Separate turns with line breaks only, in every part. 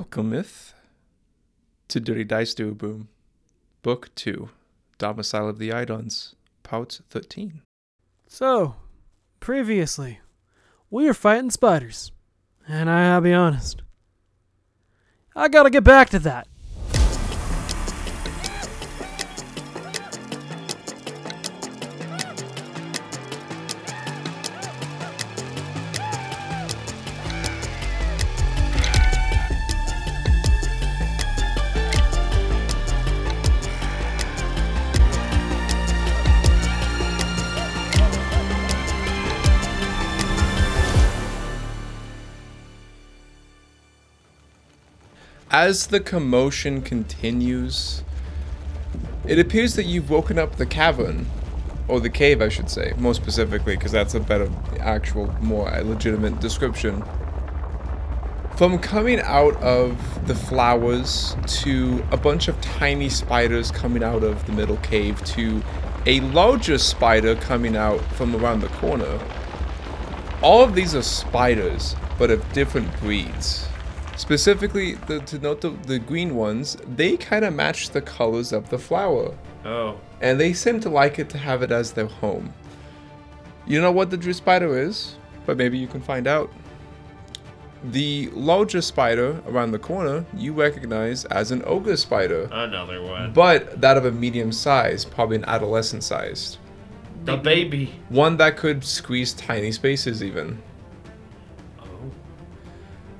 Welcometh to Duridaisdu Boom, Book 2, Domicile of the Eidons, Pout 13.
So, previously, we were fighting spiders. And I'll be honest. I gotta get back to that.
As the commotion continues, it appears that you've woken up the cavern, or the cave, I should say, more specifically, because that's a better, actual, more uh, legitimate description. From coming out of the flowers to a bunch of tiny spiders coming out of the middle cave to a larger spider coming out from around the corner. All of these are spiders, but of different breeds. Specifically, the, to note the, the green ones, they kind of match the colors of the flower,
Oh,
and they seem to like it to have it as their home. You know what the Drew spider is, but maybe you can find out. The larger spider around the corner you recognize as an ogre spider,
another one.
but that of a medium size, probably an adolescent sized.
the baby.
One that could squeeze tiny spaces, even.
Oh.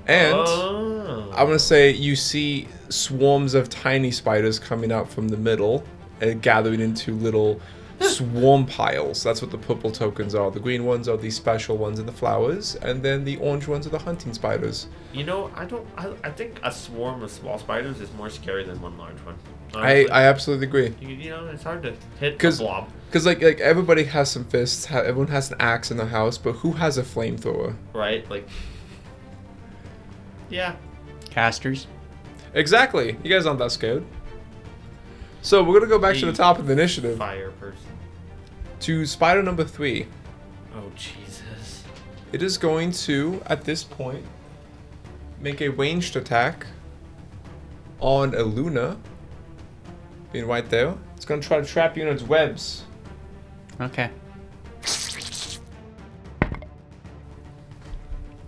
And.
Oh.
I'm gonna say you see swarms of tiny spiders coming out from the middle and gathering into little swarm piles. That's what the purple tokens are. The green ones are the special ones in the flowers, and then the orange ones are the hunting spiders.
You know, I don't. I, I think a swarm of small spiders is more scary than one large one.
I,
Honestly.
I absolutely agree.
You, you know, it's hard to hit a
'Cause-
blob.
Because like like everybody has some fists, ha- everyone has an axe in the house, but who has a flamethrower?
right? Like, yeah.
Casters.
Exactly. You guys aren't that scared. So we're gonna go back to the top of the initiative
Fire person.
to spider number three.
Oh Jesus.
It is going to, at this point, make a ranged attack on a Luna. Being right there. It's going to try to trap you in its webs.
Okay.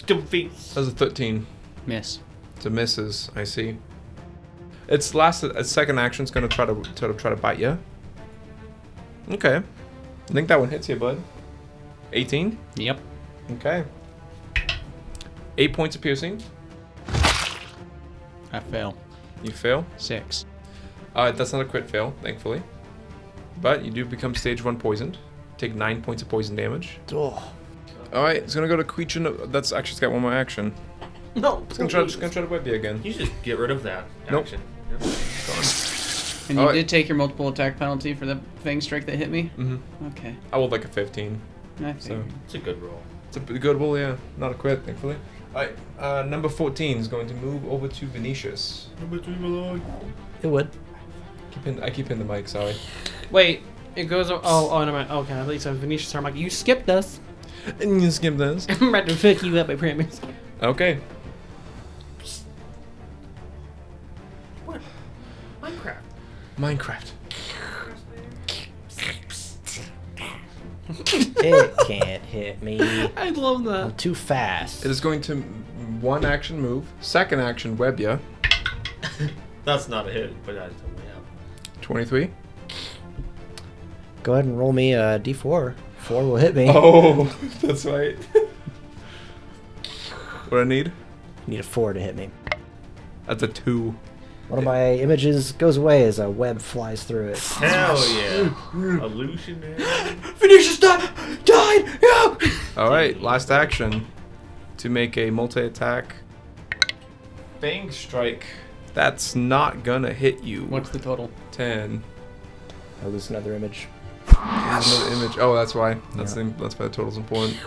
Defeat.
That was a 13.
Miss.
It's a misses, I see. Its last a second action is going to try to try to try to bite you. Okay. I think that one hits you, bud. 18.
Yep.
Okay. 8 points of piercing.
I fail.
You fail.
Six.
Uh, that's not a crit fail, thankfully. But you do become stage one poisoned. Take nine points of poison damage. All right, it's gonna go to creature. No- that's actually it's got one more action.
No.
It's gonna try. It's gonna try to web you again.
You just get rid of that
Nope.
action. Yep.
And you
Alright.
did take your multiple attack penalty for the thing strike that hit me?
Mhm.
Okay.
I rolled like a 15.
I
So
figured.
It's a good roll.
it's a pretty good roll, yeah. Not a crit, thankfully. All right, uh, number 14 is going to move over to Venetius.
Number three, below.
It would.
Keep in, I keep in the mic, sorry.
Wait, it goes. Oh, oh, no, mind. Okay, I believe so. Venetia's arm. Like you skipped us.
And you skip this.
I'm about to fuck you up. I promise.
Okay.
What? Minecraft.
Minecraft.
It can't hit me.
I love
I'm
that.
too fast.
It is going to m- one action move, second action web you.
That's not a hit, but that's a way out.
23.
Go ahead and roll me a d4. Four will hit me.
Oh, that's right. what I need?
Need a four to hit me.
That's a two.
One of my images goes away as a web flies through it.
Hell yeah. Illusionary.
Venetia's died. Died. No.
All right, last action to make a multi-attack. Bang strike. That's not gonna hit you.
What's the total?
Ten.
I lose another image.
There's another image. Oh, that's why. That's the, that's why the total's important.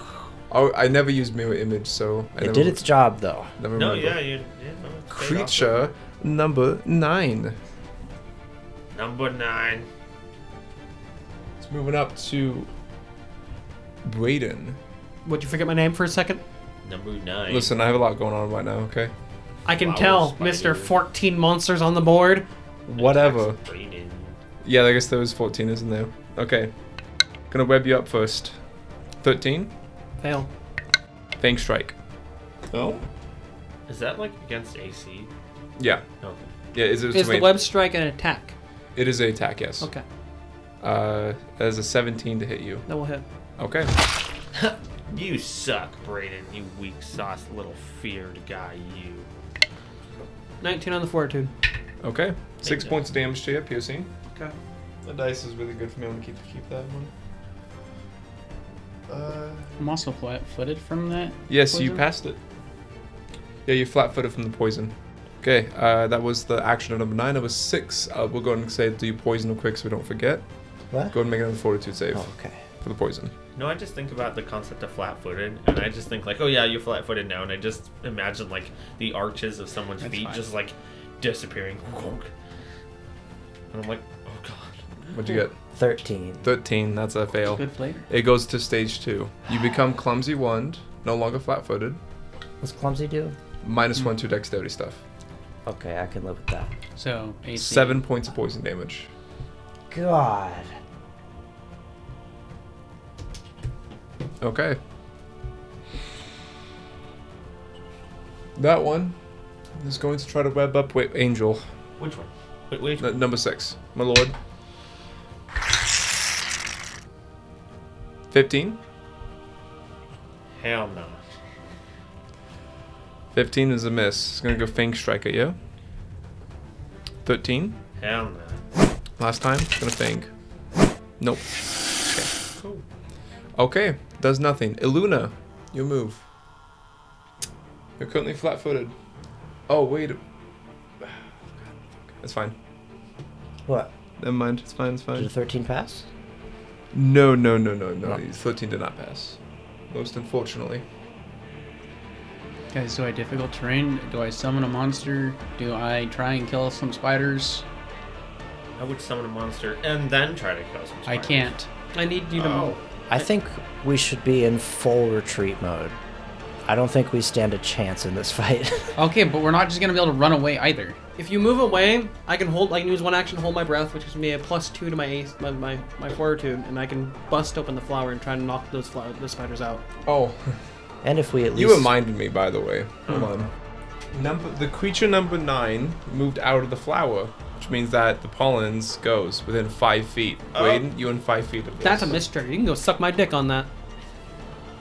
Oh, I never used mirror image, so I
It
never,
did its job though.
never
No,
remember.
yeah, you. Yeah, no, it's paid off.
Creature number nine.
Number nine.
It's moving up to Brayden.
Would you forget my name for a second?
Number nine.
Listen, I have a lot going on right now. Okay.
I can
Flower
tell,
spider.
Mr. 14 monsters on the board.
Whatever.
Attacks Brayden.
Yeah, I guess there was 14, isn't there? Okay. Gonna web you up first. 13?
Fail.
Fang strike. Oh?
Is that like against AC?
Yeah.
Okay.
Yeah, is it
Is the
wait,
web strike an attack?
It is a attack, yes.
Okay,
Uh, that is a 17 to hit you.
that will hit.
Okay.
You suck, Brayden. You weak sauce little feared guy. You.
19 on the fortitude.
Okay. Six
Thank you.
points of damage to you, piercing.
Okay.
The dice is really good for me. I'm gonna keep, keep that one. Uh,
I'm also flat footed from that.
yes, you
poison?
passed it. Yeah, you're flat footed from the poison. Okay, uh, that was the action of number nine. Number six, uh, we'll go ahead and say do poison real quick so we don't forget.
What?
Go ahead and make another fortitude save
Oh, okay.
for the poison.
No, I just think about the concept of flat-footed, and I just think like, oh yeah, you're flat-footed now, and I just imagine like the arches of someone's
That's
feet
fine.
just like disappearing, and I'm like, oh god.
What'd you get?
13.
13, that's a fail.
Good flavor.
It goes to stage two. You become clumsy wand, no longer flat footed,
What's clumsy do?
minus one
Hmm.
to dexterity stuff.
Okay, I can live with that.
So AC.
Seven points of poison damage.
God.
Okay. That one is going to try to web up wait, Angel,
Which one? Wait, which
n- number six, my lord. 15?
Hell no.
15 is a miss. It's going to go Fang Strike at you. 13?
Hell no.
Last time, it's gonna fang. Nope.
Cool.
Okay, does nothing. Iluna, you move. You're currently flat-footed. Oh wait. It's fine.
What?
Never mind. It's fine. It's
Did a
fine.
13 pass?
No, no, no, no,
No.
no. Thirteen did not pass. Most unfortunately.
Guys, do I difficult terrain? Do I summon a monster? Do I try and kill some spiders?
I would summon a monster and then try to kill some. Spiders.
I can't.
I need you to
Oh.
I think we should be in full retreat mode. I don't think we stand a chance in this fight.
Okay, but we're not just gonna be able to run away either.
If you move away, I can hold. I can use one action to hold my breath, which gives me a plus two to my ace, my, my my fortitude, and I can bust open the flower and try to knock those flower, those spiders out.
Oh,
and if we at least.
you reminded me, by the way. Hold on. Number the creature number nine moved out of the flower, which means that the pollens goes within five feet.
Oh.
Wait, you in five feet of this.
That's a mistrigger. You can go suck my dick on that.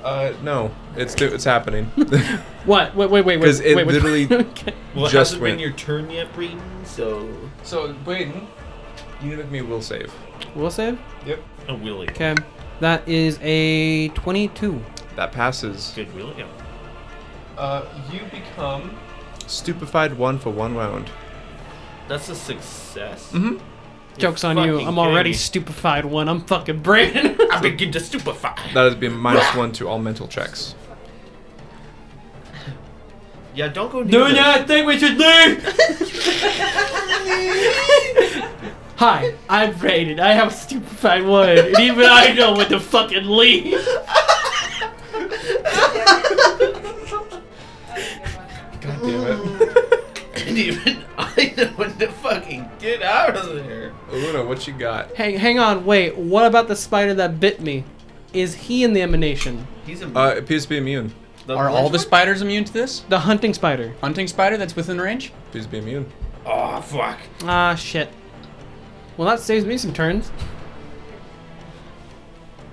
Uh, no, it's it's happening.
What? Wait, wait, wait, wait.
'Cause it
wait, wait.
literally-
okay.
Well, it
Just
hasn't
win.
been your turn yet, Brayden. So.
so, Braden, you need to make me a will save.
Will save.
Yep.
A Willie.
Okay. That is a 22.
That passes.
Good Willie.
Uh, you become stupefied one for one round.
That's a success.
Mm-hmm.
Joke's on you.
fucking
I'm already
kidding me.
stupefied one. I'm fucking Brayden.
I begin to stupefy.
That has been minus one to all mental checks.
Yeah, don't go near. this.
think we should leave. Hi, I'm Brayden. I have stupefied one, and even I know when to fucking leave.
God damn it.
And even I know when to fucking get out of there.
Luna, what you got?
Hang, hang on, wait. What about the spider that bit me? Is he in the emanation?
He's a.
Uh, it appears to be immune.
the
Are all the
first
spiders immune to this?
The hunting spider.
Hunting spider that's within range?
Appears to be immune.
one- Oh fuck.
Ah, shit. Well, that saves me some turns.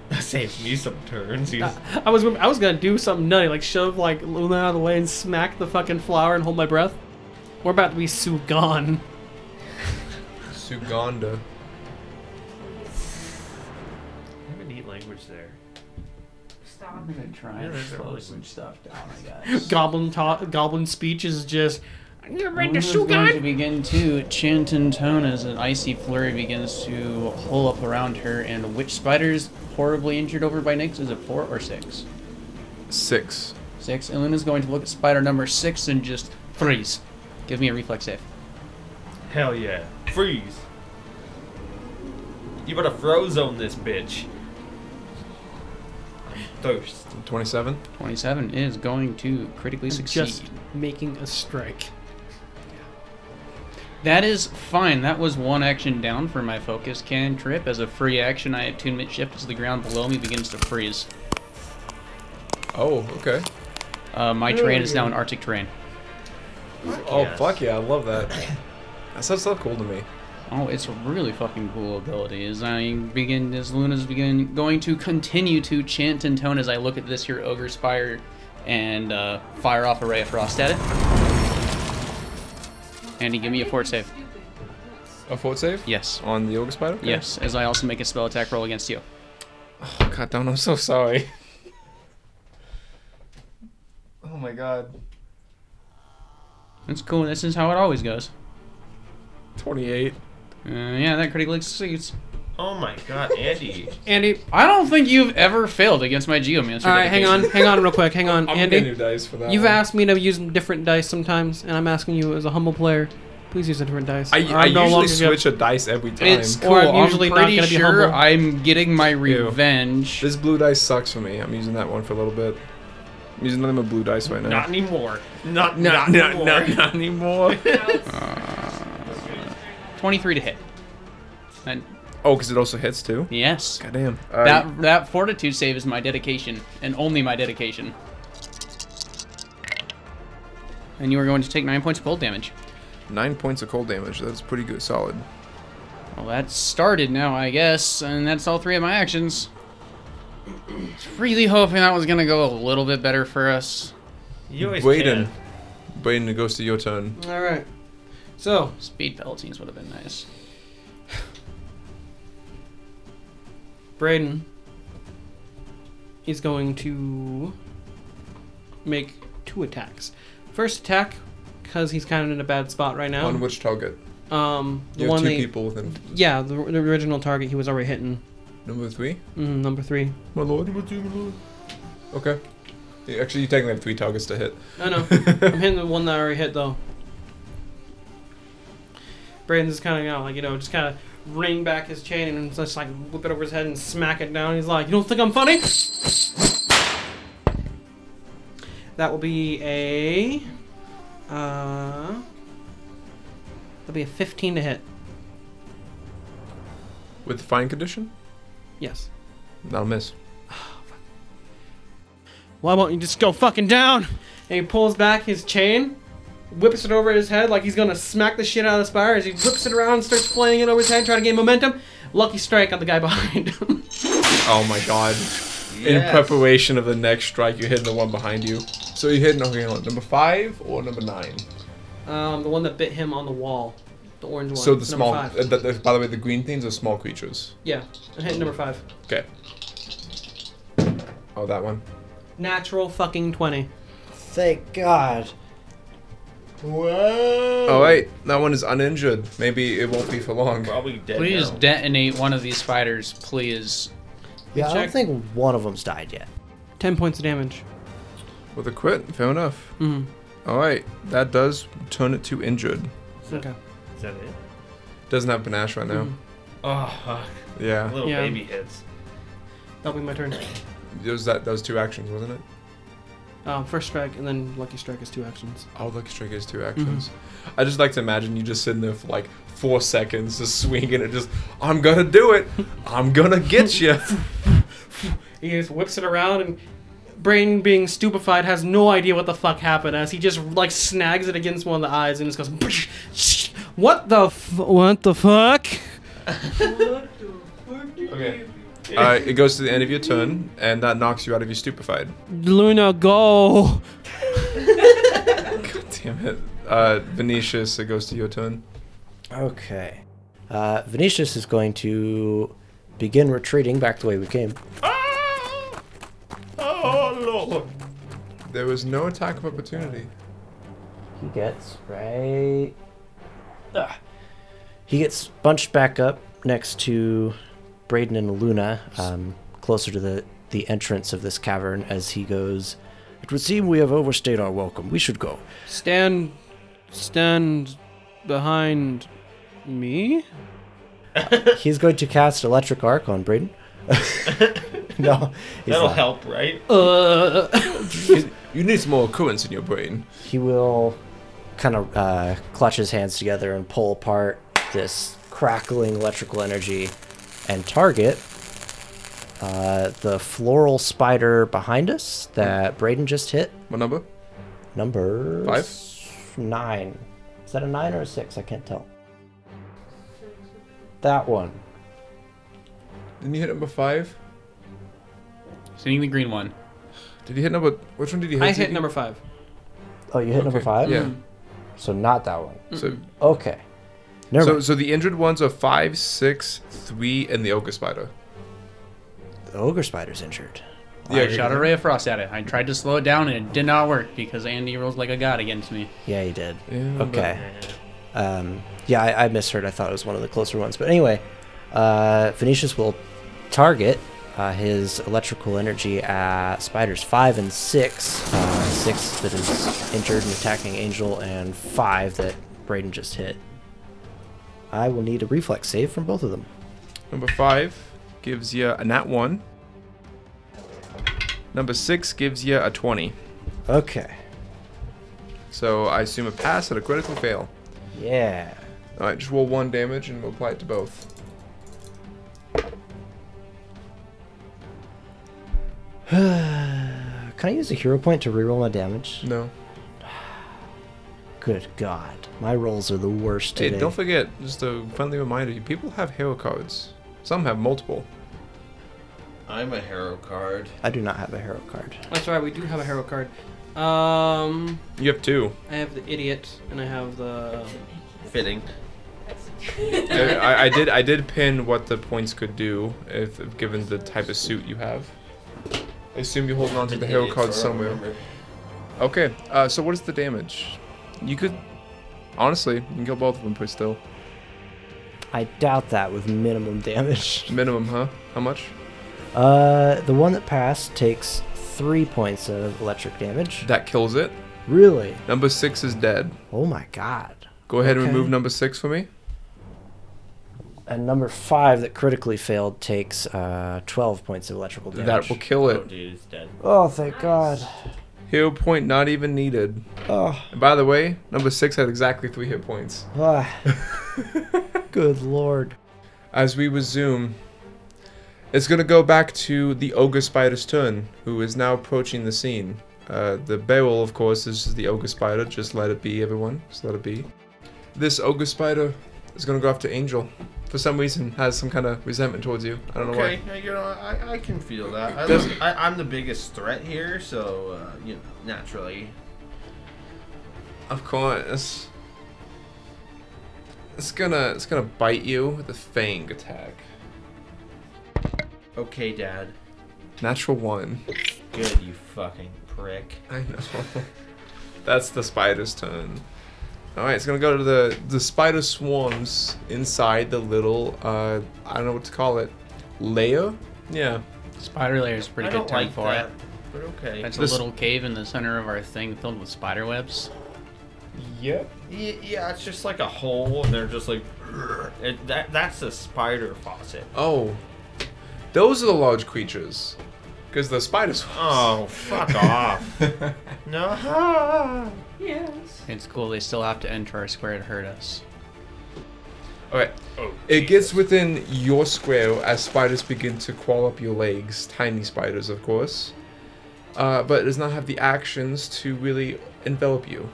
That saves me some turns. He's,
Uh,
I was I was gonna do something nutty, like shove like Luna out of the way and smack the fucking flower and hold my breath. We're about to be Sue gone.
Suganda.
I have a neat language there.
I'm gonna try
and Yeah, that's slow really some good.
stuff down, I guess.
Goblin ta- goblin speech is just. You're
Wind
ready to
is
Sue
going to
gone.
begin to chant in tone as an icy flurry begins to hole up around her, and which spider's horribly injured over by Nyx? Is it four or six?
Six.
Six. And Luna's going to look at spider number six and just freeze. Give me a reflex save.
Hell yeah. Freeze. You better froze on this bitch. I'm thirst.
Twenty-seven.
27 is going to critically succeed.
Just making a strike.
That is fine. That was one action down for my focus cantrip. As a free action, I attunement shift as the ground below me begins to freeze.
Oh, okay.
Uh, my terrain is now an Arctic terrain.
Oh,
Yes.
fuck yeah, I love that. That sounds so cool to me.
Oh, it's a really fucking cool ability. As I begin, as Luna's begin, going to continue to chant and tone as I look at this here ogre spire and uh, fire off a ray of frost at it. Andy, give me a fort save.
A fort save?
Yes.
On the Ogre Spider? Okay.
Yes, as I also make a spell attack roll against you.
Oh, God, Don, I'm so sorry. oh my god.
That's cool. This is how it always goes.
28.
Uh, yeah, that critically succeeds.
Oh my god, Andy.
Andy,
I don't think you've ever failed against my geomancer.
all right, hang on,
dedication.
hang on, real quick, hang on,
I'm
Andy.
getting new dice for that.
You've
one.
asked me to use different dice sometimes, and I'm asking you as a humble player, please use a different dice.
I,
or
I
I'm no
usually
longer gonna-
switch a dice every time.
It's cool.
Or I'm
I'm,
usually not
pretty
gonna be
sure
humble.
I'm getting my
Ew.
revenge.
This blue dice sucks for me. I'm using that one for a little bit. I'm using nothing but blue dice right now.
Not anymore. Not
no,
not
no,
anymore.
no, not anymore.
Twenty-three to hit. And
oh, because it also hits too?
yes,
Goddamn.
that that fortitude save is my dedication and only my dedication. And you are going to take nine points of cold damage.
Nine points of cold damage. That's pretty good. Solid.
Well, that started now, I guess, and that's all three of my actions. Was really hoping that was gonna go a little bit better for us.
You always
Brayden.
can.
Brayden, it goes to your turn.
All right. So
Speed pelotines would have been nice.
Braden is going to make two attacks. First attack, because he's kind of in a bad spot right now.
On which target?
um, the
You have
one
two
that-
people within.
Yeah, the, the original target he was already hitting.
Number three?
Mm, number three.
My lord. Number two, my lord. Okay. You- Actually, you technically have three targets to hit.
I know. I'm hitting the one that I already hit though. Braden's just kind of you know, like you know, just kind of ring back his chain and just like whip it over his head and smack it down. He's like, "You don't think I'm funny?" That will be a. Uh, that'll be a 15 to hit.
With the fine condition?
Yes.
That'll miss.
Why won't you just go fucking down? And he pulls back his chain, whips it over his head like he's gonna smack the shit out of the spire as he whips it around and starts flailing it over his head, trying to gain momentum. Lucky strike on the guy behind him.
Oh my god. In
Yes.
preparation of the next strike, you're hitting the one behind you. So you're hitting, okay, hold on, number five or number nine?
um, the one that bit him on the wall. The orange one.
So the
number
small, uh,
Five.
the, the- by the way, the green things are small creatures.
Yeah, I'm hitting number five.
Okay. Oh, that one.
Natural fucking 20.
Thank God.
Whoa. All right, Oh, that one is uninjured. Maybe it won't be for long.
Probably dead.
Please
now.
detonate one of these spiders, please.
Yeah, I
check.
don't think one of them's died yet.
10 points of damage.
With a crit, fair enough.
Mhm.
All right, that does turn it to injured.
Okay.
Is that it?
Doesn't have panache right now.
Oh, fuck.
Yeah,
little
Yeah.
baby hits.
That'll be my turn.
those that those two actions, wasn't it?
Um, first strike and then lucky strike is two actions.
Oh, Lucky Strike is two actions. I just like to imagine you just sitting there for like four seconds, just swinging it, just I'm gonna do it, I'm gonna get you.
He just whips it around and Brain being stupefied has no idea what the fuck happened as he just like snags it against one of the eyes and just goes "Psh, What the f- what the fuck?
okay. Uh, it goes to the end of your turn, and that knocks you out of your stupefied.
Luna go.
God damn it. Uh, Venetius, it goes to your turn.
Okay. Uh, Venetius is going to begin retreating back the way we came.
Ah! Oh, Lord.
There was no attack of opportunity.
He gets right. Ugh. He gets bunched back up next to Braden and Luna, um, closer to the, the entrance of this cavern as he goes. It would seem we have overstayed our welcome. We should go.
Stand stand behind me?
He's going to cast Electric Arc on Braden. no, he's
That'll
not.
help, right?
Uh
You need some more currents in your brain.
He will kind of uh, clutch his hands together and pull apart this crackling electrical energy and target uh, the floral spider behind us that Braden just hit.
What number?
Number
Five?
s- Nine. Is that a nine or a six? I can't tell. That one.
Didn't you hit number five?
Seeing the green one.
Did you hit number? Which one did you hit?
I hit
Ziggy?
number five.
Oh, you hit number
Okay,
five.
Yeah.
So not that one.
So,
Okay. Never
so,
mind.
so the injured ones are five, six, three, and the ogre spider.
The ogre spider's injured.
I shot a ray of frost at it. I tried to slow it down and it did not work because Andy rolled like a god against me.
Yeah, he did.
Yeah, but-
Okay. Um, yeah, I, I misheard. I thought it was one of the closer ones. But anyway, uh, Venetius will target uh, his electrical energy at spiders five and six. Uh, six that is injured and attacking Angel, and five that Braden just hit. I will need a reflex save from both of them.
Number five gives you a nat one. Number six gives you a 20.
Okay.
So I assume a pass and a critical fail.
Yeah.
All right, just roll one damage and we'll apply it to both.
Uh, Can I use a hero point to reroll my damage?
No.
Good God, my rolls are the worst
Hey,
today.
don't forget, just a friendly reminder, you people have hero cards. Some have multiple.
I'm a hero card.
I do not have a hero card.
That's right. We do have a hero card. Um,
You have two.
I have the idiot and I have the.
Fitting.
I, I- I did I did pin what the points could do if, if given the type of suit you have. I assume you're holding on to the hero card somewhere. Okay, uh, so what is the damage? You could, honestly, you can kill both of them pretty still.
I doubt that with minimum damage.
Minimum, huh? How much?
Uh, the one that passed takes three points of electric damage.
That kills it.
Really?
Number six is dead.
Oh my God.
Go ahead
Okay.
and remove number six for me.
And number five that critically failed takes uh, 12 points of electrical damage.
That will kill
Oh,
it.
dude, it's dead.
Oh, thank God.
Hero point not even needed.
Oh,
And by the way, number six had exactly three hit points.
ah. good Lord.
As we resume, it's gonna go back to the ogre spider's turn, who is now approaching the scene. Uh, the barrel, of course, is just the ogre spider. Just let it be, everyone. Just let it be. This ogre spider is gonna go after Angel. For some reason, has some kind of resentment towards you. I don't know
Okay,
why.
yeah, you know, I, I can feel that. I
Does-
look- I, I'm the biggest threat here, so, uh, you know, naturally.
Of course. It's gonna it's gonna bite you with a fang attack.
Okay, Dad.
Natural one.
Good, you fucking prick.
I know. That's the spider's turn. All right, it's gonna go to the the spider swarms inside the little uh I don't know what to call it layer. Yeah.
Spider layer is a pretty
I
good
don't
term
like
for
that,
it.
but okay.
That's
This-
a little cave in the center of our thing filled with spider webs.
Yep.
Y- Yeah, it's just like a hole, and they're just like, "Grr." it, that. That's a spider faucet.
Oh, those are the large creatures, because the spider swarms.
Oh, fuck off. No.
Yes.
It's cool. They still have to enter our square to hurt us.
All right. It gets within your square as spiders begin to crawl up your legs, tiny spiders, of course, uh, but it does not have the actions to really envelop you.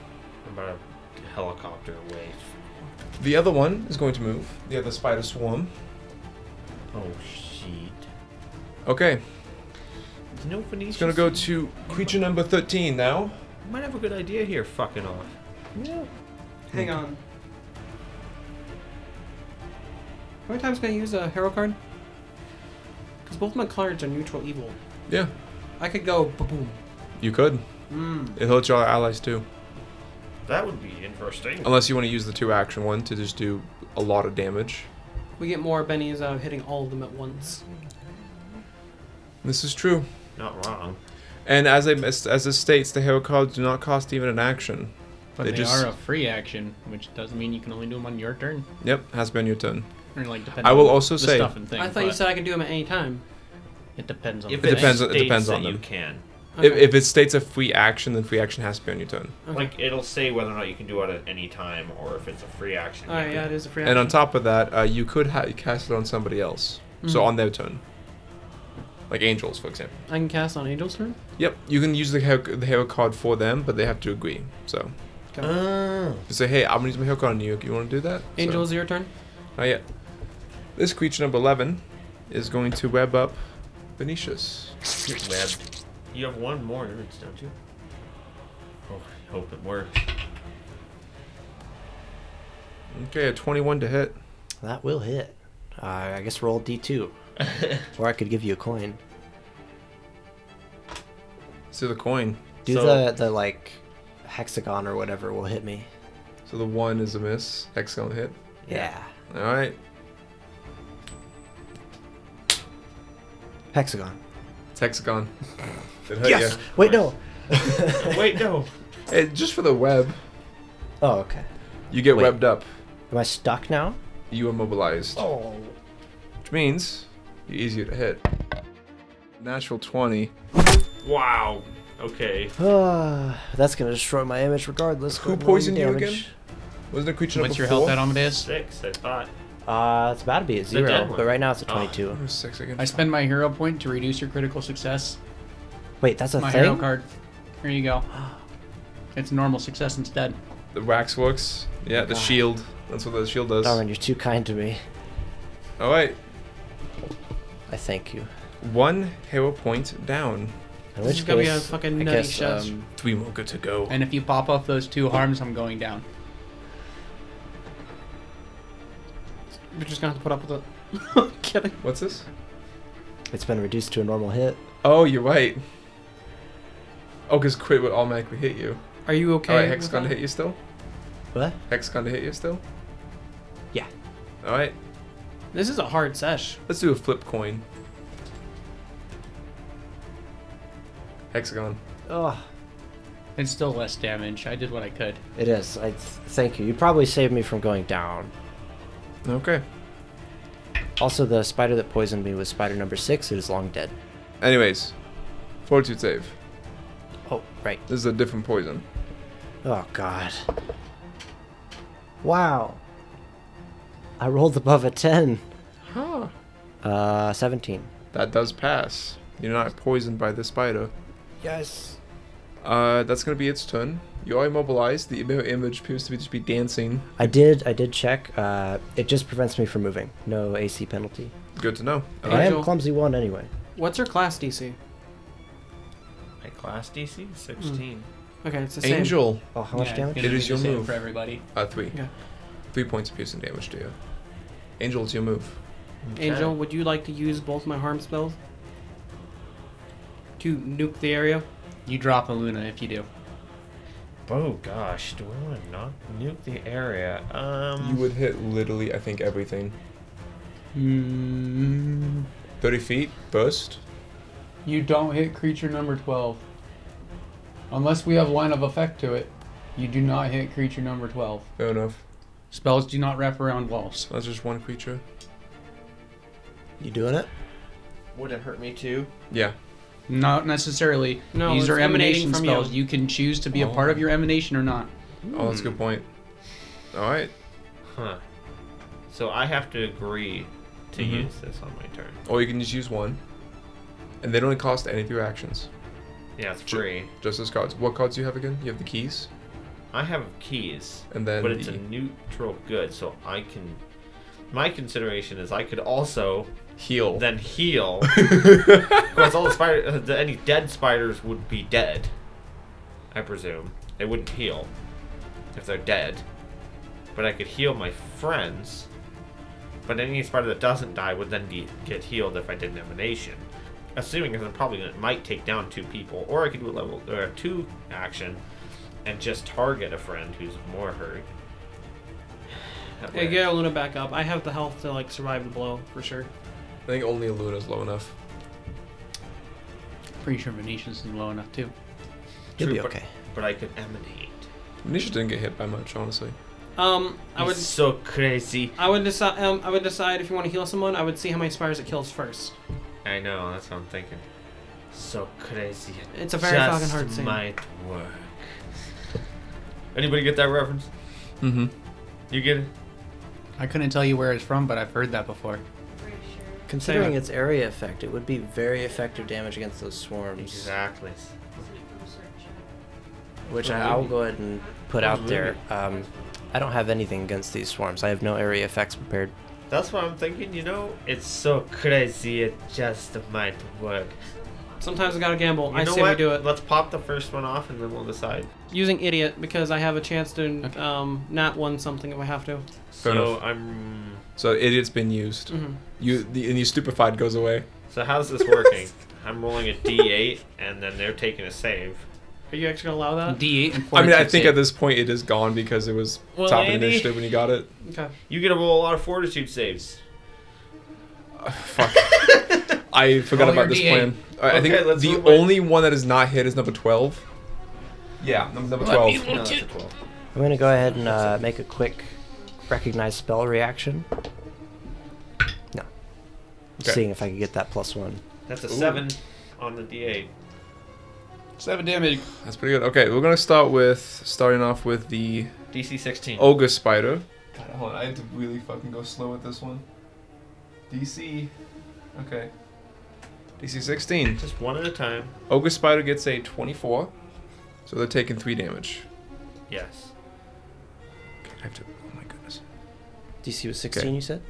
I'm about to helicopter away.
The other one is going to move. The other spider swarm.
Oh, shit.
Okay,
There's no Phoenician.
it's gonna go to creature number 13 now.
Might have a good idea here, fucking off.
Hang on. How many times can I use a hero card? Because both my cards are neutral evil.
Yeah,
I could go boom.
you could. It hurts your allies too.
That would be interesting.
Unless you want to use the two action one to just do a lot of damage.
We get more bennies out of hitting all of them at once.
This is true.
Not wrong.
And as I as as it states, the hero cards do not cost even an action.
But
They
they,
just-
are a free action, which doesn't mean you can only do them on your turn.
Yep, has been your turn.
Or like depending
I will
on
also
the
say-
stuff and thing,
I thought you
but
said I could do them at any time.
it depends on.
If
the
It depends
thing.
on- it depends
states
on
that You
them.
can.
If, if it states a free action, then free action has to be on your turn.
Like it'll say whether or not you can do it at any time or if it's a free action.
All right, yeah, it is a free
And on
action.
top of that, uh, you could ha- cast it on somebody else.
Mm-hmm.
So on their turn. Like angels, for example.
I can cast on Angel's turn.
Yep, you can use the hero, the hero card for them, but they have to agree. So,
Oh.
you say, hey, I'm gonna use my hero card on you. You wanna do that? So-
Angel, is your turn?
Not yet. This creature number 11 is going to web up Venetius.
Web. You have one more image, don't you? Oh, I hope it works.
Okay, a 21 to hit.
That will hit. Uh, I guess roll D2. or I could give you a coin.
So the coin.
Do
So-
the, the, like, hexagon or whatever will hit me.
So the 1 is a miss. Hexagon hit.
Yeah.
Alright.
Hexagon.
It's hexagon. It hit
Yes! Wait, no.
Wait, no.
ya. Hey, just for the web,
Oh, okay.
you get
Wait.
webbed up.
Am I stuck now?
You immobilized.
Oh.
Which means you're easier to hit. Natural 20.
Wow. Okay.
that's going to destroy my image regardless.
Who
Good roll
poisoned you
damage.
Wasn't a creature
What's
number
your
4?
health at, Amadeus?
Six, I thought.
Uh, it's about to be a
dead
zero,
one.
but right now it's a
Oh.
22.
It was six again.
I spend my hero point to reduce your critical success.
Wait, that's a
my hero
thing?
card. Here you go. It's normal success instead.
The waxworks. Yeah, the shield. That's what the shield does.
Darwin, Oh, you're too kind to me.
Alright.
I thank you.
One hero point down.
In
This
which
is gonna be a
case,
fucking
I
nutty
guess,
shot.
um,
Three more good to go.
And if you pop off those two harms, I'm going down.
We're just gonna have to put up with it. Kidding.
What's this?
it's been reduced to a normal hit.
Oh, you're right. Oh, because crit would automatically hit you.
Are you okay?
Alright,
with
Hex gonna
that?
hit you still?
What?
Hex gonna hit you still?
Yeah.
Alright,
This is a hard sesh.
let's do a flip coin. Hexagon.
Oh,
It's still less damage. I did what I could.
it is. I th- thank you. You probably saved me from going down.
Okay.
Also, the spider that poisoned me was spider number six, who is long dead.
Anyways, fortitude save.
Oh, right.
This is a different poison.
Oh, God. Wow. I rolled above a 10.
Huh.
Uh, 17.
That does pass. You're not poisoned by the spider.
Yes.
Uh, that's gonna be its turn. You are immobilized. The mirror image appears to be just be dancing.
I did. I did check. Uh, it just prevents me from moving. No AC penalty.
Good to know.
And I am
Angel.
clumsy one anyway.
What's your class DC?
My class DC 16.
Okay, it's the same.
Uh, Angel.
Oh, how much
Yeah,
damage?
it's
It is
gonna be the
your
same
move.
for everybody.
Uh, three.
Okay.
Three points of piercing damage to you. Angel, it's your move.
Angel, would you like to use both my harm spells to nuke the area?
You drop a Luna if you do.
Oh gosh, do I want to knock nuke the area?
You
Um.
would hit literally, I think, everything.
Hmm.
Mm,
30 feet, burst.
you don't hit creature number 12. Unless we have line of effect to it, you do not hit creature number 12.
Fair enough.
Spells do not wrap around walls.
That's just one creature.
You doing it?
Would it hurt me too?
Yeah.
Not necessarily.
No,
These
it's
are
emanating
emanation
from
spells.
you.
You. can choose to be a part of your emanation or not.
Oh, that's a
Hmm.
good point. All right.
Huh. So I have to agree to use this on my turn.
Or you can just use one. And they don't cost any of your actions.
Yeah, it's free.
Just those cards. What cards do you have again? You have the keys.
I have keys,
And then
but it's
the-
a neutral good, so I can. My consideration is I could also
Heal.
then heal. Because all the spider, uh, the- any dead spiders would be dead. I presume they wouldn't heal if they're dead. But I could heal my friends. But any spider that doesn't die would then be, get healed if I did an emanation. Assuming because I'm probably gonna, might take down two people, or I could do a level or a two action and just target a friend who's more hurt. That
Hey,
way-
get Luna back up. I have the health to like survive the blow for sure.
I think only Luna's low enough.
Pretty sure Venetian's is low enough too.
You'll
True,
be
but-
okay.
But I could emanate.
Nisha didn't get hit by much, honestly.
Um, I would,
It's so crazy.
I would decide. Um, I would decide if you want to heal someone. I would see how many spiders it kills first.
I know, that's what I'm thinking. So crazy.
It's a very
Just
fucking hard scene.
might work. Anybody get that reference?
Mm-hmm.
You get it?
I couldn't tell you where it's from, but I've heard that before.
Pretty sure.
Considering
Same.
its area effect, it would be very effective damage against those swarms,
Exactly.
It's an insert check.
which I, I'll go ahead and put out there. Um, I don't have anything against these swarms. I have no area effects prepared.
That's what I'm thinking, you know? It's so crazy, it just might work.
Sometimes I gotta gamble.
You
I
know
say
what?
we do it.
Let's pop the first one off and then we'll decide.
Using idiot because I have a chance to
Okay.
um, not one something if I have to.
so
enough.
I'm.
So idiot's been used.
Mhm.
You the, and you stupefied goes away.
So how's this working? I'm rolling a D8 and then they're taking a save.
Are you actually gonna allow that?
D8 and 4.
I mean, I think at this point it is gone because it was
Well,
top of
Andy-
initiative when you got it.
Okay.
You get to roll a lot of fortitude saves.
Fuck. I forgot
Roll
about
your
this
D8.
plan. All right, I
Okay,
think
let's
the
roll my-
only one that is not hit is number twelve. Yeah, num- number twelve.
No, that's a 12.
I'm gonna go ahead and uh, make a quick recognize spell reaction. No.
Okay.
Seeing if I can get that plus one.
That's a 7 on the D8.
7 damage.
That's pretty good. Okay, we're gonna start with starting off with the
DC 16.
ogre spider. God, hold on, I have to really fucking go slow with this one. DC. Okay. DC 16.
Just one at a time.
Ogre spider gets a 24, so they're taking three damage.
Yes.
Okay, I have to. Oh my goodness.
DC was 16, you said?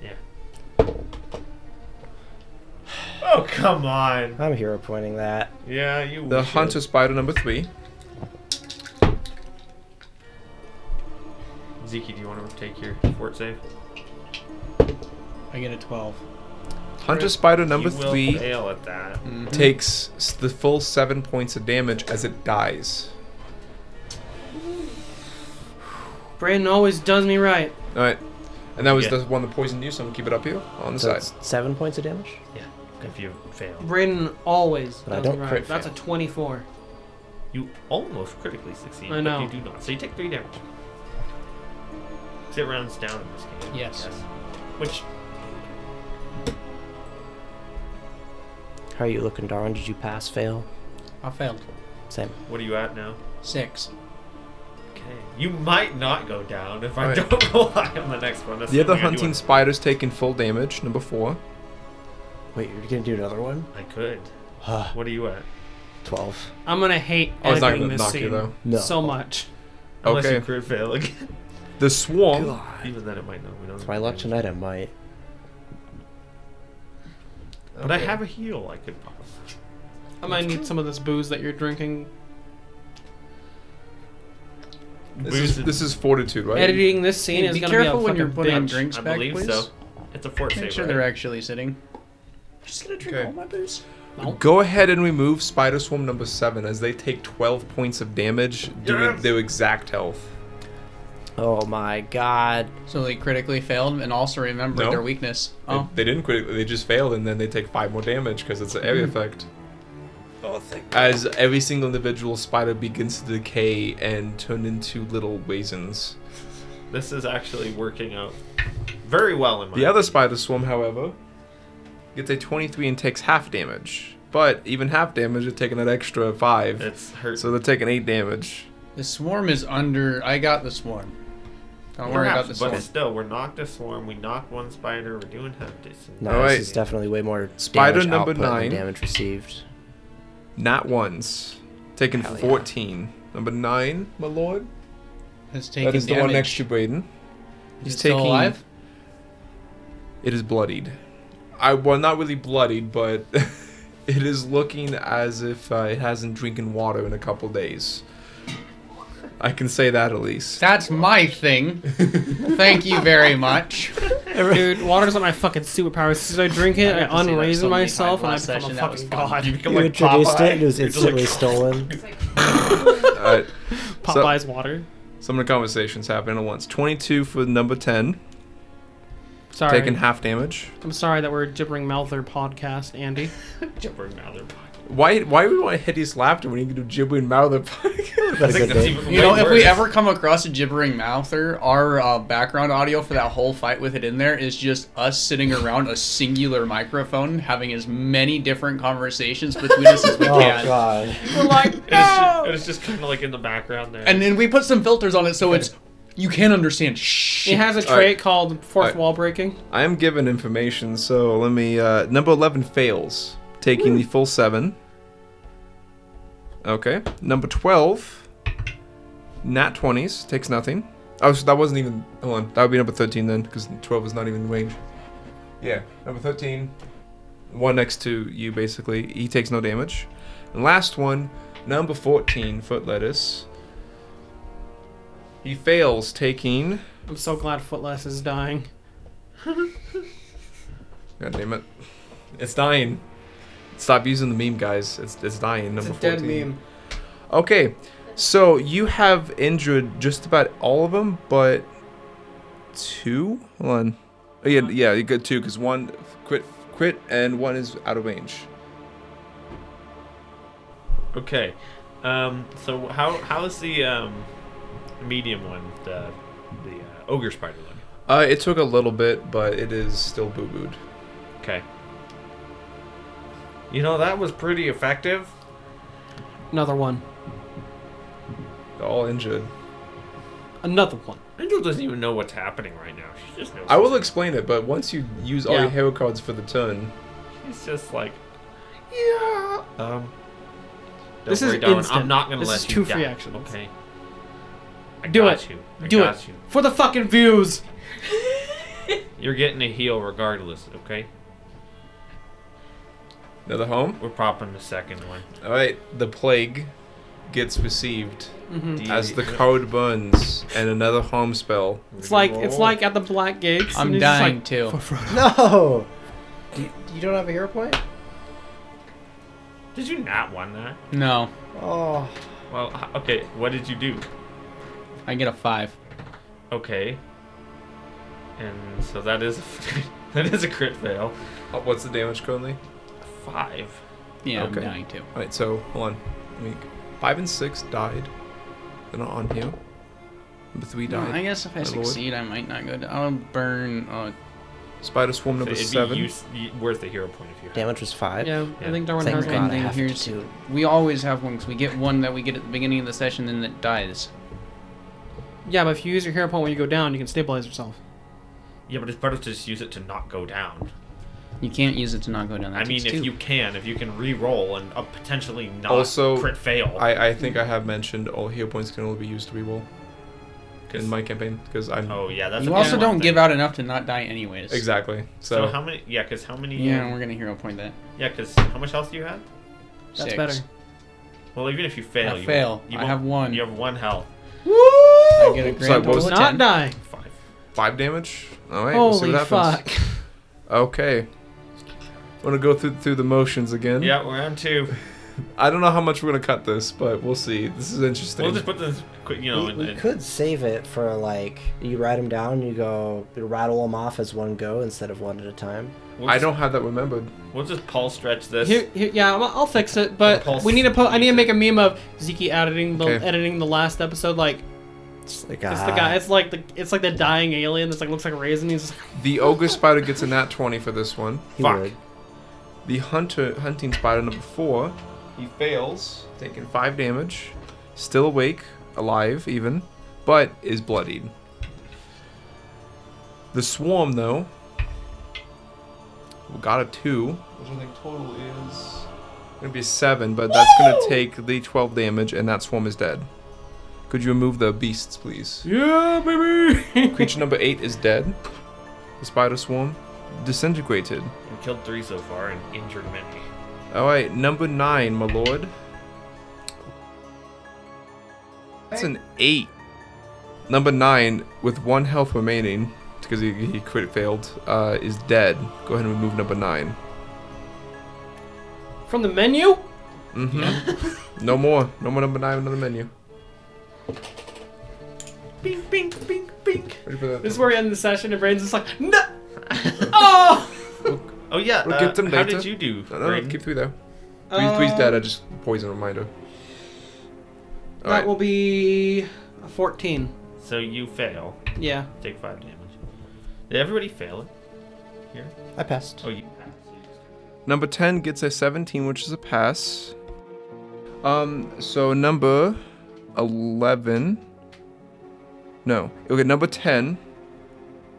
Oh, come on.
I'm hero pointing that.
Yeah, you
The
wish it.
hunter spider number three.
Zeke, do you want to take your fort save?
I get a 12.
Hunter spider number
You will
three
fail at that.
Mm-hmm.
takes s- the full seven points of damage as it dies.
Brandon always does me right.
All right, and that was
Yeah.
the one that poisoned you, so I'm gonna keep it up here on the
So
side.
it's seven points of damage?
Yeah, if you fail.
Brandon always
But I
does
don't
me right.
crit
That's
fail.
a 24.
You almost critically succeed,
I know.
but you do not. So you take three damage. 'Cause It rounds down in this game. I
Yes.
guess. Which
How are you looking, Darwin? Did you pass, fail?
I failed.
Same.
what are you at now?
6.
Okay. You might not go down if I
Right.
don't roll high on the next one. That's
The other
something I do
hunting
want-
spider's taking full damage, number four.
Wait, you're gonna do another one?
I could.
Huh,
What are you at?
12.
I'm gonna hate
Oh, it's not
editing
gonna
this
knock
scene
you though.
No.
so much.
Unless you
Okay.
crit fail again.
The swarm.
God.
Even then, it might not. We don't.
If I luck tonight, I might.
But I have a heal. I could pop.
I might need some of this booze that you're drinking.
This is,
Boosted.
this is fortitude, right?
Editing this scene
Hey,
is
be
gonna
careful
be a
when you're
fucking
putting
bitch.
drinks
I
back,
believe
please.
so. It's a fort
Make
save.
sure
right?
they're actually sitting.
Just gonna
drink Okay. all
my booze.
Go ahead and remove spider swarm number seven as they take 12 points of damage, doing
Yes.
their exact health.
Oh my god.
So they critically failed and also remembered
No.
their weakness.
They-
Oh,
They, didn't crit; they just failed, and then they take five more damage because it's an area effect.
Oh, thank
As every single individual spider begins to decay and turn into little raisins.
This is actually working out very well in my.
The other spider swarm, however, gets a 23 and takes half damage. But even half damage, they're taking an extra five.
It's hurt.
so they're taking eight damage.
the swarm is under. I got the swarm. Don't worry about the
Perhaps,
swarm.
But still, we're knocked a swarm. We knocked one spider. We're doing Oh, half decent.
No,
Alright.
this is definitely way more
Oh, Spider
damage
number
output than
nine.
damage received.
Not once. Taking
Hell yeah.
14. Number nine, my lord.
Has taken
That is the
damage.
one next to Braden.
Is
He's
it still
taking-
alive.
It is bloodied. I well, not really bloodied, but it is looking as if uh, it hasn't drinking water in a couple days. I can say that at least.
That's my thing. Thank you very much.
Dude, water's not my fucking superpower. As soon as I drink it, I,
I got to see that
unraise
so many
myself and I
times last
become a
session, that was
fucking
fun.
god.
You become
You
like
introduced
Popeye.
it, it was
You're just like,
instantly stolen.
It's like
All right,
Popeye's water.
Uh, some of the conversations happening at once. 22 for number 10,
Sorry.
taking half damage.
I'm sorry that we're a gibbering mouther podcast, Andy.
Jumper in my other pocket.
Why? Why would we want hideous laughter when you can do gibbering mouth?
But a
I think
good
that's
name.
even
You
way
know, if we
worse.
ever come across a gibbering mouther, our uh, background audio for that whole fight with it in there is just us sitting around a singular microphone, having as many different conversations between us as we
Oh
can.
god.
We're
And
like,
it's
"No!"
just, and it's just kind of like in the background there.
and then we put some filters on it so it's you can't understand. Shh.
It has a
All
trait
right.
called fourth
All right.
wall breaking.
I am given information, so let me. Uh, number 11 fails, taking the full seven. Okay. Number 12, nat 20s, takes nothing. Oh, so that wasn't even. Hold on. That would be number 13 then, because 12 is not even range. Yeah, number 13. One next to you, basically. He takes no damage. And last one, number 14, Foot Lettuce. He fails, taking.
I'm so glad Footless is dying.
God damn it. It's dying. Stop using the meme, guys. It's, it's dying.
It's
Number
a dead
14.
meme.
Okay, so you have injured just about all of them, but two? Hold on. Oh, yeah, yeah, you got two, because one quit, quit, and one is out of range.
okay, um, so how how is the um, medium one, the the uh, ogre spider look?
Uh, it took a little bit, but it is still boo booed.
Okay. You know that was pretty effective.
Another one.
They're all injured.
Another one.
Angel doesn't even know what's happening right now. She just knows.
I will explain it, but once you use all
Yeah.
your hero cards for the turn,
She's just like, yeah. Um. Don't
This is
worry, darling.
instant.
I'm not gonna
This
let
is
you
two
down.
free actions.
Okay. I
Do
got
it.
You. I
Do
got
it.
You.
For the fucking views.
You're getting a heal regardless. Okay.
another home.
We're popping the second one.
All right, the plague gets received
Mm.
D-
as the code burns, and another home spell.
It's like it's like at the black gates.
I'm
and it's just
dying
like-
too.
No. Do you, you don't have a hero point?
Did you not want that?
No,
Oh.
Well, h- okay. What did you do?
I get a five.
Okay. And so that is that is a crit fail.
Uh, What's the damage currently?
Five.
Yeah,
Okay.
I'm dying too.
All right, so hold on. I mean, five and six died. They're not on here. Number three
No,
died.
I guess if I
My lord.
succeed, I might not go. Down. I'll burn. Uh,
Spider swarm
So
number
it'd be
seven.
use- y- worth a hero point if you. Had.
Damage was five.
Yeah, I
Yeah.
think Darwin
Thank
has
God.
one.
I
ending
have
here.
to do-
We always have one 'cause we get one that we get at the beginning of the session, and it dies.
Yeah, but if you use your hero point when you go down, you can stabilize yourself.
Yeah, but it's better to just use it to not go down.
You can't use it to not go down. That
I mean,
takes
if
two.
you can, if you can re-roll and uh, potentially not
Also,
crit fail.
I, I think I have mentioned all hero points can only be used to reroll in my campaign because I'm
oh yeah, that's.
You
a
also
good
don't
one
give
thing.
out enough to not die anyways.
exactly so.
So, how many? Yeah, because how many?
Yeah,
Yeah,
we're gonna hero point that.
yeah, because how much health do you have?
That's
Six.
better.
Well, even if you fail,
I
you
fail.
won't- You
I
won't-
have one.
You have one health.
I get a
Oops,
grand
sorry, what
total
was
of
it?
Not
10.
die.
Five.
five damage. All right, we'll see
Holy
what happens.
fuck.
Okay. Want to go through through the motions again?
Yeah, we're on two.
I don't know how much we're gonna cut this, but we'll see. This is interesting.
We'll just put this, qu- you know,
We,
in,
we
in-
could save it for like you write them down, you go you rattle them off as one go instead of one at a time.
We'll
I
just,
don't have that remembered.
We'll just pulse stretch this.
Here, here, yeah, I'll, I'll fix it. But
Impulse
we need to. Po- I need to
needs
make
it.
a meme of Zeke editing the
Okay.
editing the last episode. Like
It's like,
it's the
ah.
guy. It's like the it's like the dying alien that's like looks like a raisin. He's just like,
The ogre spider gets a nat twenty for this one.
He
Fuck.
would.
The hunter hunting spider number four. He fails, taking five damage. Still awake, alive even, but is bloodied. The swarm though. We got a two. Which I think total is gonna be seven, but that's gonna take the twelve damage and that swarm is dead. Could you remove the beasts, please?
yeah, baby.
Creature number eight is dead. The spider swarm disintegrated.
We killed three so far and injured many.
All right, number nine, my lord. That's an eight. Number nine, with one health remaining, because he, he crit failed, uh, is dead. Go ahead and remove number 9
From the menu.
Mm-hmm. no more. No more number nine on the menu.
Bing, bing, bing, bing.
Where'd you put that?
This is where we end the session, and Brain's just like, no. oh.
Oh yeah,
We'll
uh,
get them
how
later.
uh, did you do?
No, no, no,
Brayden?
keep three there. Please,
Uh,
please,
Uh,
Dad. I just poison reminder.
That
All right.
will be a 14.
So you fail.
Yeah.
Take five damage. Did everybody fail it?
I passed.
Oh, you.
Number 10 gets a 17, which is a pass. Um, so number 11. No. Okay, number 10.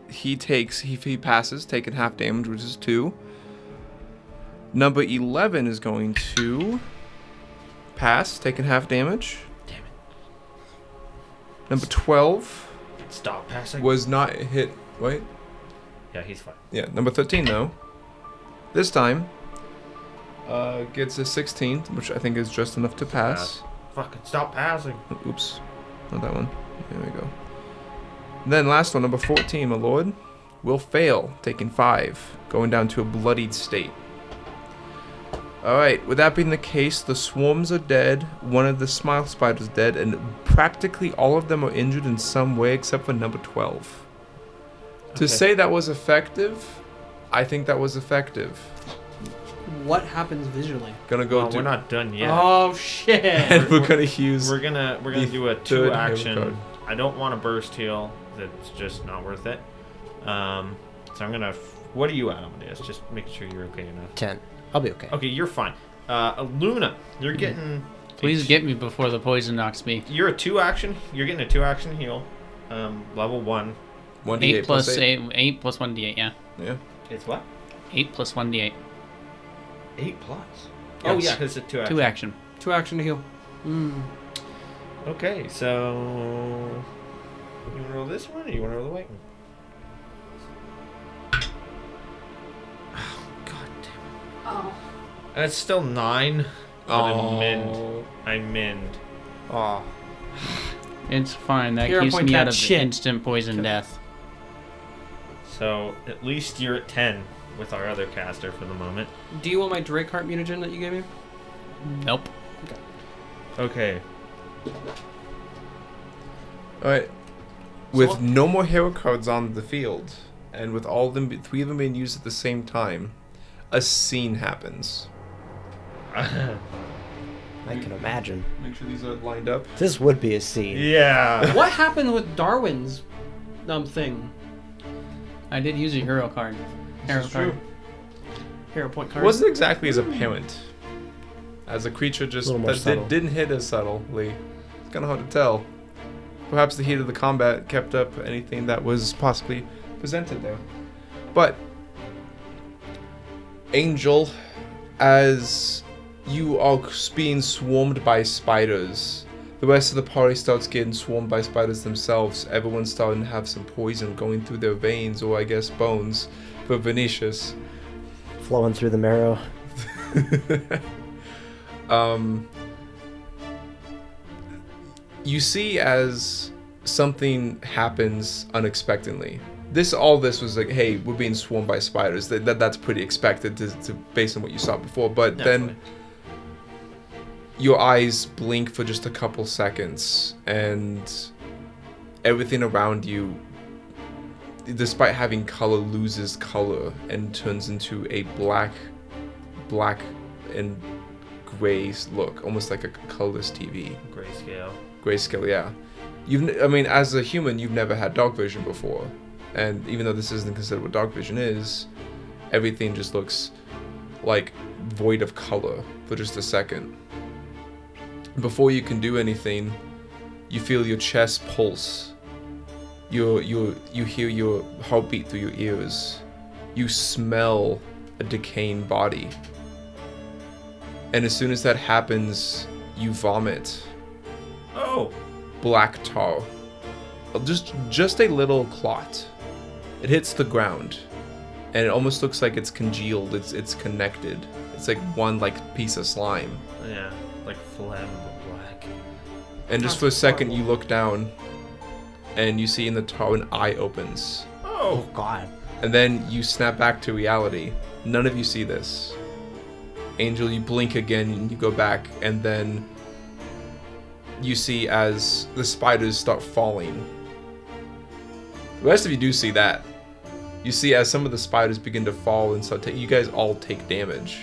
He takes, he, he passes, taking half damage, which is 2. Number 11 is going to pass, taking half damage.
Damn
it. Number 12
Stop passing.
was not hit. Wait.
Yeah, he's fine.
Yeah, number 13 though. This time uh, gets a 16, which I think is just enough to pass.
Fucking stop passing.
Oh, Oops. Not that one. There we go. Then last one, number 14, my lord, will fail, taking 5, going down to a bloodied state. Alright, with that being the case, the swarms are dead, one of the smile spiders dead, and practically all of them are injured in some way except for number 12.
Okay.
To say that was effective, I think that was effective.
What happens visually?
Gonna go
Well,
do
we're not done yet.
Oh, shit.
and we're gonna use
We're gonna we're gonna
The
do a
third
two
hero
action.
card.
I don't want a burst heal. That's just not worth it. Um, so I'm gonna. F- what are you at, Amadeus? Just make sure you're okay enough.
Ten. I'll be okay.
Okay, you're fine. Uh, Luna, you're
Mm-hmm.
getting.
Please get me before the poison knocks me.
You're a two action. You're getting a two action heal. Um, level one.
1d8
Eight plus eight, eight plus one d8. Yeah,
Yeah.
It's what?
eight plus one d8.
Eight plus. Oh yeah, because it's a two action.
Two action.
Two action to heal. Mm.
Okay, so you want to roll this one, or you want to roll the white one? Oh god damn
Oh,
it! That's still nine. but
Aw.
I minned. I minned. Oh.
It's fine. That
Hero
keeps
point
me
that
out of
shit.
instant poison death.
So at least you're at ten with our other caster for the moment.
Do you want my Drake Heart mutagen that you gave me?
Nope.
Okay.
Alright. With no more hero cards on the field, and with all of them, be- three of them being used at the same time, a scene happens.
I can imagine.
Make sure these are lined up.
This would be a scene.
yeah.
What happened with Darwin's um thing?
I did use a hero card. Hero
is
card.
true.
Hero point
It
card.
wasn't exactly as apparent. As a creature just
Little more
that
subtle.
did, didn't hit as subtly. It's kind of hard to tell. Perhaps the heat of the combat kept up anything that was possibly presented there. But, Angel, as you are being swarmed by spiders, the rest of the party starts getting swarmed by spiders themselves. Everyone's starting to have some poison going through their veins, or I guess bones, for Venetius.
Flowing through the marrow.
um, you see as something happens unexpectedly. This all this was like, hey, we're being swarmed by spiders. That, that that's pretty expected to, to based on what you saw before. But then your eyes blink for just a couple seconds, and everything around you, despite having color, loses color and turns into a black, black, and gray look, almost like a colorless TV.
Grayscale.
Grayscale, yeah. You've, n- I mean, as a human, you've never had dark vision before, and even though this isn't considered what dark vision is, everything just looks like void of color for just a second. Before you can do anything, you feel your chest pulse. You you you hear your heartbeat through your ears. You smell a decaying body. And as soon as that happens, you vomit
Oh.
black tar. Just just a little clot. It hits the ground, and it almost looks like it's congealed. It's it's connected. It's like one like piece of slime.
Yeah. Like flammable black.
And just for a second, you look down, and you see in the tar an eye opens,
Oh.
God.
and then you snap back to reality. None of you see this. Angel, you blink again, and you go back, and then you see as the spiders start falling. The rest of you do see that. You see as some of the spiders begin to fall and start. Ta- you guys all take damage.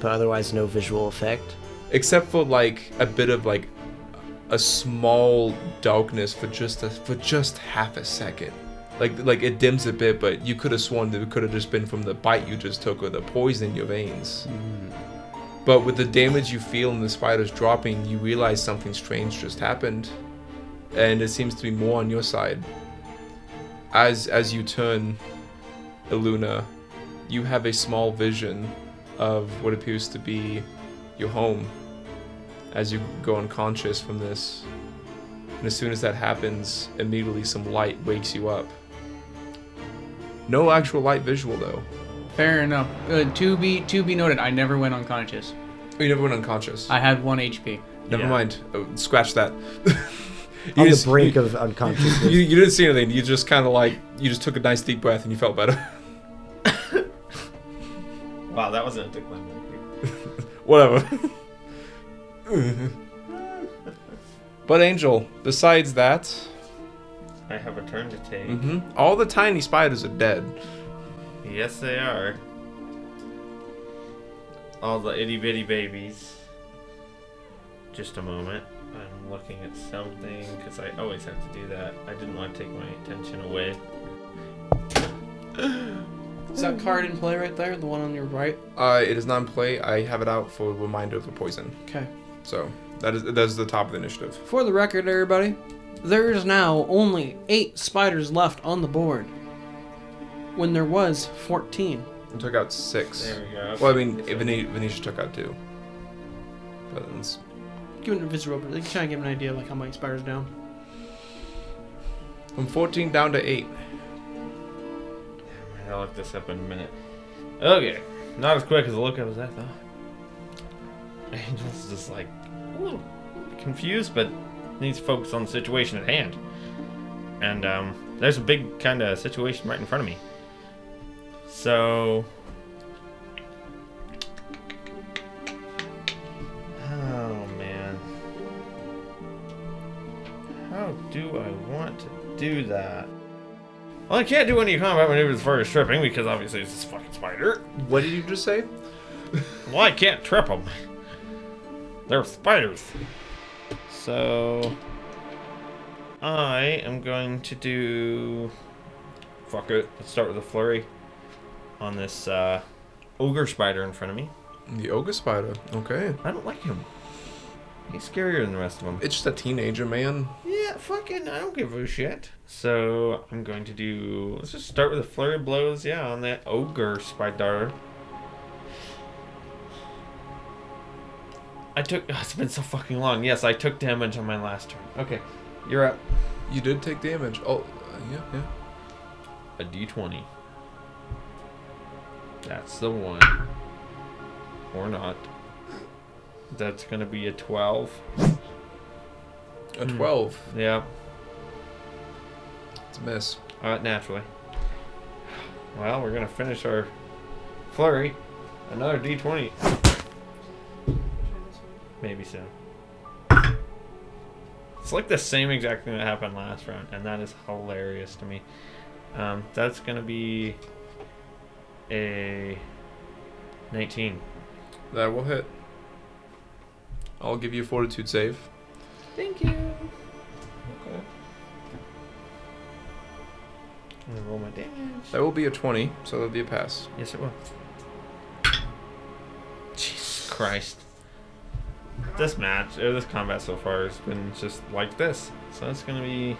but otherwise no visual effect.
except for like a bit of like a small darkness for just a, for just half a second. Like like it dims a bit, but you could have sworn that it could have just been from the bite you just took or the poison in your veins. But with the damage you feel and the spiders dropping, you realize something strange just happened, and it seems to be more on your side. As as you turn, Iluna, you have a small vision of what appears to be your home as you go unconscious from this. And as soon as that happens, immediately some light wakes you up. No actual light visual though.
Fair enough. Uh, to be to be noted, I never went unconscious.
Oh, you never went unconscious.
I had one HP.
never
Yeah.
mind. Oh, scratch that. you
On
just-
the brink
you,
of unconsciousness.
You, you didn't see anything. You just kind of like you just took a nice deep breath and you felt better.
Wow, that wasn't a climb.
Whatever. but Angel, besides that,
I have a turn to take.
mhm, all the tiny spiders are dead.
Yes, they are. All the itty bitty babies. Just a moment. I'm looking at something because I always have to do that. I didn't want to take my attention away.
Is that card in play right there? The one on your right?
Uh, it is not in play. I have it out for a reminder of the poison.
Okay.
So that is that is the top of the initiative.
For the record, everybody, there is now only eight spiders left on the board when there was 14.
I took out six.
There we go.
Well, I mean, Vene- Venetia took out two. But it's-
Give it a visual, but like, try and give an idea of like how many spiders down.
from 14 down to eight.
I'll look this up in a minute. Okay. Not as quick as a look up as I thought. Angel's just like a little confused, but needs to focus on the situation at hand. And um, there's a big kind of situation right in front of me. So. Oh, man. How do I want to do that? Well, I can't do any combat maneuvers for stripping because obviously it's this fucking spider.
What did you just say?
Well, I can't trip them. They're spiders. So I am going to do. Fuck it. Let's start with a flurry on this uh, ogre spider in front of me.
The ogre spider. Okay.
I don't like him. He's scarier than the rest of them.
It's just a teenager, man.
Yeah, fucking, I don't give a shit. So I'm going to do. Let's just start with a flurry of blows. Yeah, on that ogre spider. I took. it's been so fucking long. Yes, I took damage on my last turn. Okay, you're up.
You did take damage. Oh, uh, yeah, yeah.
A d20. That's the one. Or not. That's gonna be a 12.
A 12.
Yeah,
It's a miss.
Uh, naturally. Well, we're gonna finish our flurry. Another D20. Maybe so. It's like the same exact thing that happened last round, and that is hilarious to me. Um, that's gonna be a 19.
That will hit. I'll give you a fortitude save.
Thank you. Okay. I'm gonna roll my damage.
That will be a 20, so that'll be a pass.
Yes, it will. Jesus Christ. This match, or this combat so far, has been just like this. So it's gonna be. eh,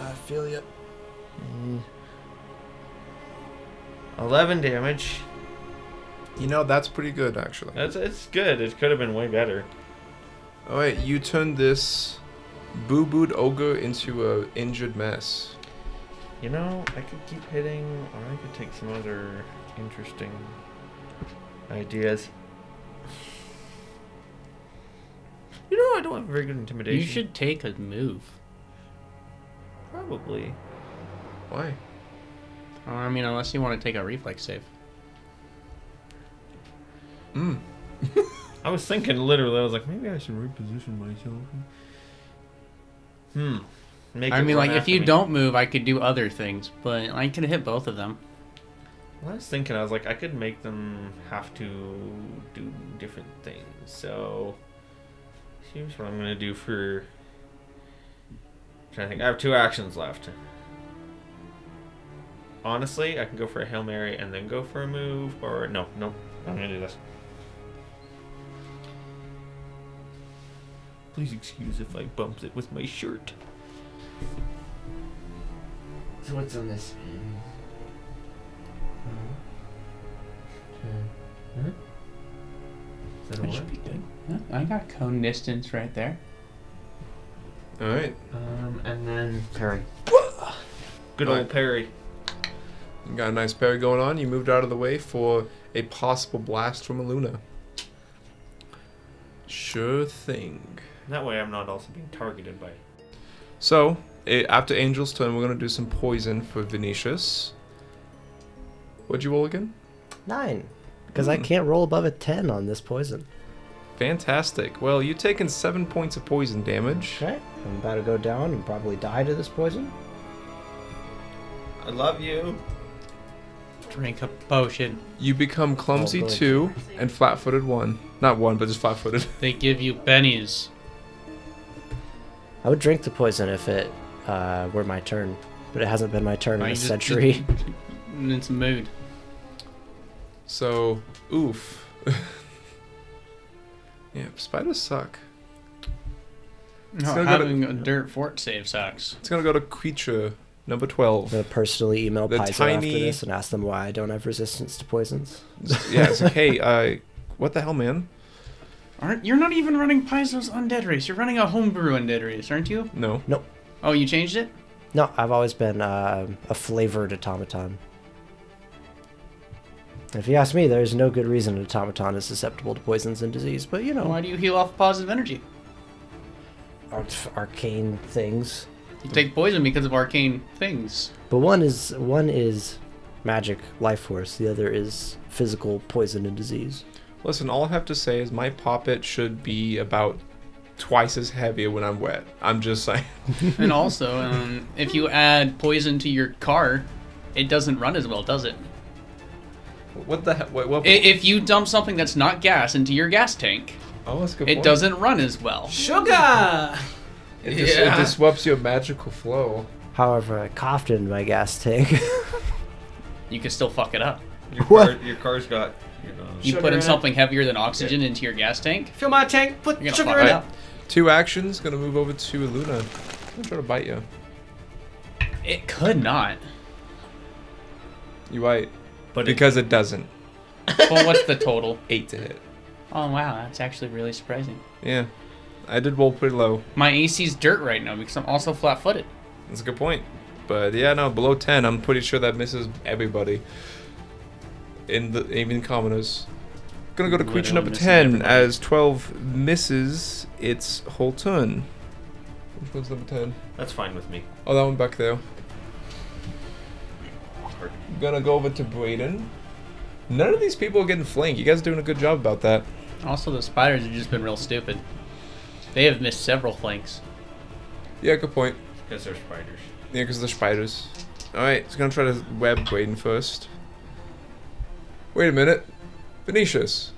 I feel you.
11 damage.
You know, that's pretty good, actually.
That's, it's good. It could have been way better.
All right, you turn this boo-booed ogre into a injured mess.
You know, I could keep hitting, or I could take some other interesting ideas. You know, I don't have very good intimidation.
You should take a move.
probably.
Why?
Or, I mean, unless you want to take a reflex save.
Mm.
I was thinking literally. I was like, maybe I should reposition myself. Hmm. Make
I
it
mean,
run
like if
after
you
me.
don't move, I could do other things, but I can hit both of them.
When I was thinking, I was like, I could make them have to do different things. So, here's what I'm gonna do for. trying to think. I have two actions left. Honestly, I can go for a hail mary and then go for a move, or no, no, I'm gonna do this. Please excuse if I bumps it with my shirt.
So what's on this? Huh? Is that a
That
one?
should be good. Yeah, I got cone distance right there.
All right,
Um, and then Perry.
Good
Alright.
old Perry.
you got a nice parry going on. You moved out of the way for a possible blast from a Luna. Sure thing.
That way, I'm not also being targeted by.
So, eh, after Angel's turn, we're gonna do some poison for Venetius. What'd you roll again?
Nine. Because I
Hmm.
can't roll above a 10 on this poison.
Fantastic. Well, you're taking seven points of poison damage.
Okay. I'm about to go down and probably die to this poison.
I love you.
Drink a potion.
You become clumsy
Oh, good.
two and flat footed one. Not one, but just flat footed.
They give you bennies.
I would drink the poison if it uh, were my turn, but it hasn't been my turn
I
in a
just-
century.
it's mood.
So, oof. yeah, spiders suck.
No,
still gotta-
having a dirt fort save sucks.
It's gonna go to creature number 12.
I'm gonna personally email
The
Paizo
tiny-
after this and ask them why I don't have resistance to poisons.
yeah, it's like, hey, uh, what the hell, man?
Aren't you're not even running Paizo's undead race? You're running a homebrew undead race, aren't you?
No.
Oh, you changed it?
No, I've always been um a flavored automaton. If you ask me, there is no good reason an automaton is susceptible to poisons and disease, but
Oh.
you know,
Why do you heal off positive energy?
ar- arcane things.
You take poison because of arcane things.
But one is one is magic, life force. The other is physical poison and disease.
Listen, all I have to say is my poppet should be about twice as heavy when I'm wet. I'm just saying.
and also, um, if you add poison to your car, it doesn't run as well, does it?
What the hell? What, what,
I- If you dump something that's not gas into your gas tank,
oh, that's a good
it
point.
doesn't run as well.
Sugar!
It, dis- it
Yeah.
disrupts your magical flow.
However, I coughed in my gas tank.
You can still fuck it up.
Your,
What?
Car, your car's got. You know,
You
Sugar
put
in
in
it.
something heavier than oxygen into your gas tank,
Fill my tank, put
you're gonna
sugar
fuck
in
it
it.
up.
Two actions. Gonna move over to Luna. I'm gonna try to bite you.
It could not.
You bite.
but it-
Because it doesn't.
well, what's the total?
Eight to hit.
Oh wow, that's actually really surprising.
Yeah. I did roll pretty low.
My AC's dirt right now because I'm also flat-footed.
That's a good point. But yeah, no, below 10, I'm pretty sure that misses everybody. In the even commoners. Gonna go to
Literally
creature number
missing
10
everybody.
as 12 misses its whole turn. Which one's number 10?
that's fine with me.
Oh, that one back there. Gonna go over to Braden. None of these people are getting flanked. You guys are doing a good job about that.
Also, the spiders have just been real stupid. They have missed several flanks.
Yeah, good point.
Because they're spiders.
Yeah, because of the spiders. Alright, it's gonna try to web Braden first. Wait a minute. Venetius.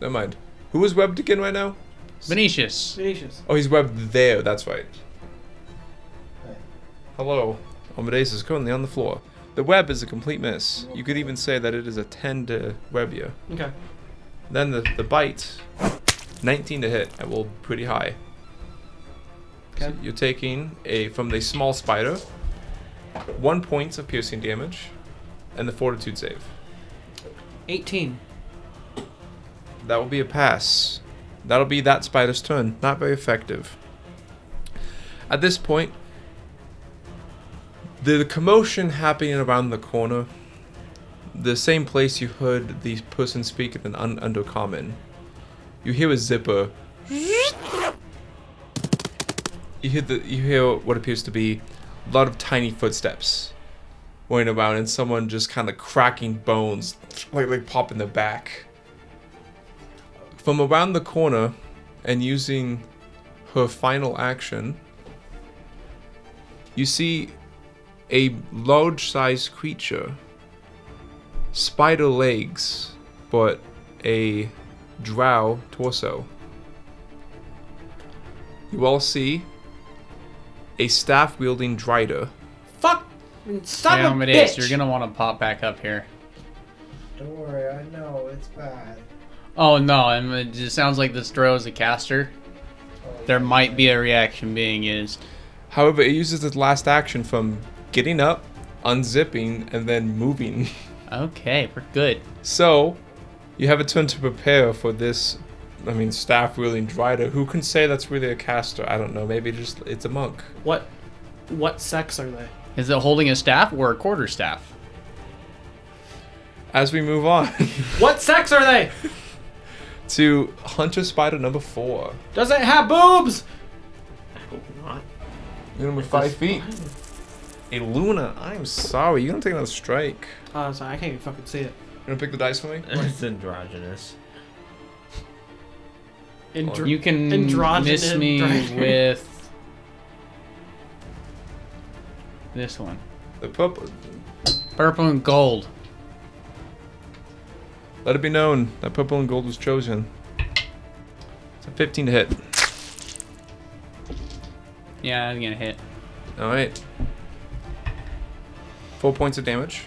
Never mind. Who is webbed again right now?
Venetius,
Venetius.
Oh, he's webbed there, that's right. Hello. Amadeus is currently on the floor. The web is a complete miss. You could even say that it is a 10 to web you.
Okay.
Then the, the bite. 19 to hit. I rolled pretty high.
Okay.
You're taking a from the small spider. One point of piercing damage, and the fortitude save.
18.
That will be a pass. That'll be that spider's turn. Not very effective. At this point, the commotion happening around the corner, the same place you heard the person speak in an un- undercommon, you hear a zipper. You hear the you hear what appears to be a lot of tiny footsteps going around, and someone just kind of cracking bones, like like popping their back from around the corner and using her final action, you see a large sized creature spider legs, but a drow torso. You all see a staff wielding Drider.
Fuck! Son
Damn
of
it
a
is.
bitch!
You're gonna want to pop back up here.
Don't worry, I know it's bad.
Oh no! And it just sounds like this throw is a caster.
Oh,
There might be a reaction being used.
However, it uses its last action from getting up, unzipping, and then moving.
Okay, we're good.
So, you have a turn to prepare for this. I mean, staff wielding Drider. Who can say that's really a caster? I don't know. Maybe just it's a monk.
What? What sex are they?
Is it holding a staff or a quarter staff?
As we move on
What sex are they?
to Hunter Spider number four.
Does it have boobs?
I hope not.
Minimum five feet. Hey, Luna, I'm sorry. You're gonna take another strike.
Oh, sorry, I can't even fucking see it.
You gonna pick the dice for me?
It's androgynous.
And dr-
You can
Androgynous
miss me
driver.
with this one.
The purple.
Purple and gold.
Let it be known that purple and gold was chosen. It's a 15 to hit.
Yeah, I'm gonna hit.
All right. Four points of damage.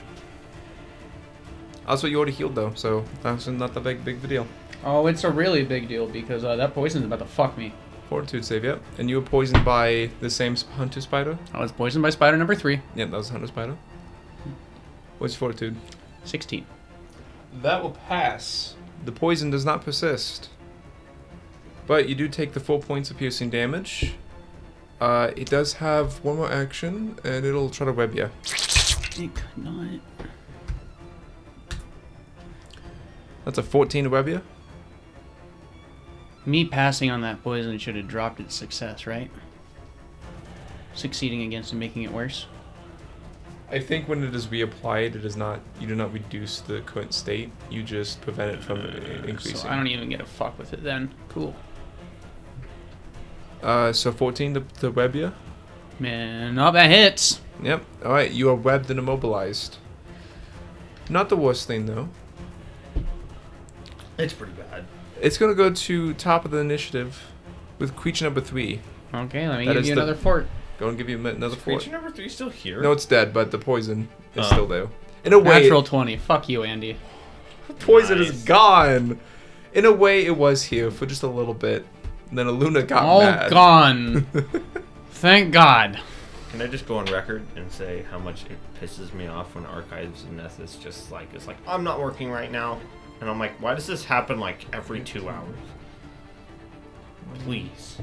Also, you already healed though, so that's not the big big of a deal.
Oh, it's a really big deal because uh, that poison's about to fuck me.
Fortitude save, yep. And you were poisoned by the same sp- hunter spider.
I was Oh, poisoned by spider number three.
Yep, that was hunter spider. What's your fortitude?
16.
That will pass. The poison does not persist. But you do take the four points of piercing damage. Uh, it does have one more action, and it'll try to web you.
It could not.
That's a 14 to web you.
Me passing on that poison should have dropped its success, right? Succeeding against and making it worse.
I think when it is reapplied, it is not. You do not reduce the current state. You just prevent it from i- increasing.
So I don't e- even get a fuck with it then. Cool.
uh, so 14 to, to web you.
Man, all that hits.
Yep. All right. You are webbed and immobilized. Not the worst thing though.
It's pretty bad.
It's gonna go to top of the initiative with creature number three.
Okay, let me
That
give
is
you
the-
another fort.
Go and give you another four.
Creature number three still here?
No, it's dead, but the poison is
Uh.
still there. In a way,
Natural 20. Fuck you, Andy.
poison
Nice.
is gone. In a way, it was here for just a little bit. And then Aluna got
All
mad.
gone. Thank God.
Can I just go on record and say how much it pisses me off when archives and this is just like it's like I'm not working right now, and I'm like, why does this happen like every two hours? Please.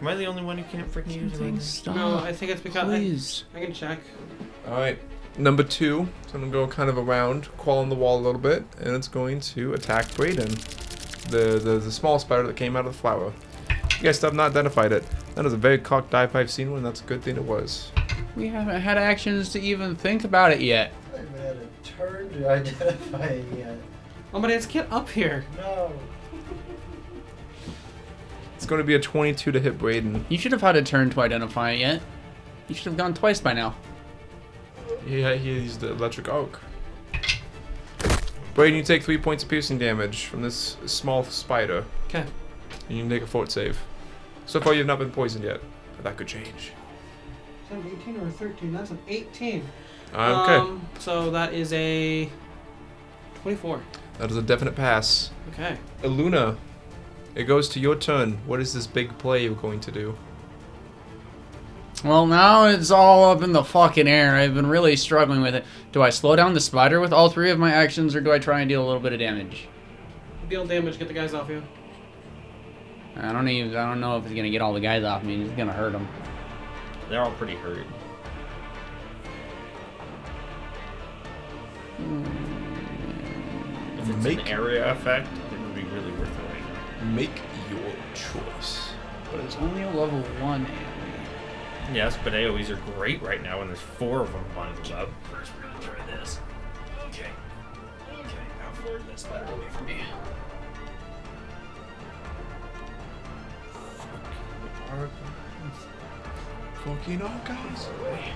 Am I the only one who can't freaking use things?
Stop.
No, I think it's because I,
Please.
I can check.
All right, number two. So I'm gonna go kind of around, crawl on the wall a little bit, and it's going to attack Brayden, the the, the small spider that came out of the flower. You guys have not identified it. That is a very cocked die I've seen one. That's a good thing it was.
We haven't had actions to even think about it yet.
I haven't had a turn to identify it yet.
Oh, but it's get up here.
No.
It's going to be a 22 to hit Brayden.
You should have had a turn to identify it yet. You should have gone twice by now.
Yeah, he used the electric oak. Brayden, you take three points of piercing damage from this small spider,
Okay.
and you can take a fort save. So far, you've not been poisoned yet, but that could change.
Is that an 18 or a 13? That's an 18.
Okay,
Um, so that is a 24.
that is a definite pass.
Okay.
Aluna, Uh, it goes to your turn. What is this big play you're going to do?
Well, now it's all up in the fucking air. I've been really struggling with it. Do I slow down the spider with all three of my actions, or do I try and deal a little bit of damage?
Deal damage, get the guys off you.
I don't even. I don't know if it's gonna get all the guys off me. It's gonna hurt them.
They're all pretty hurt. Hmm. If it's an area effect, it would be really worth it right now.
Make your choice.
But it's only a level one. Andy.
Yes, but AoEs are great right now when there's four of them bundled up.
fucking up, guys.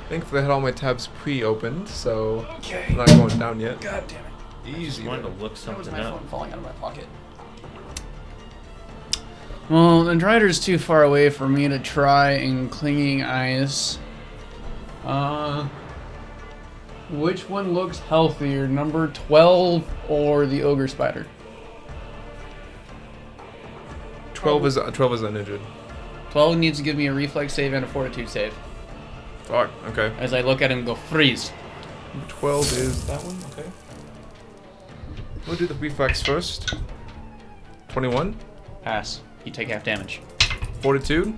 Thankfully, I had all my tabs pre-opened, so I'm not going down yet. God damn it. Easy.
wanted to look something up.
falling out of my pocket. Well, the rider's too far away for me to try in clinging ice. Uh, which one looks healthier, number 12 or the ogre spider?
Twelve is twelve is uninjured.
12 needs to give me a reflex save and a fortitude save.
Fuck. Okay.
As I look at him and go, freeze.
Twelve is that one. Okay. We'll do the reflex first. Twenty-one.
Pass. You take half damage.
Fortitude.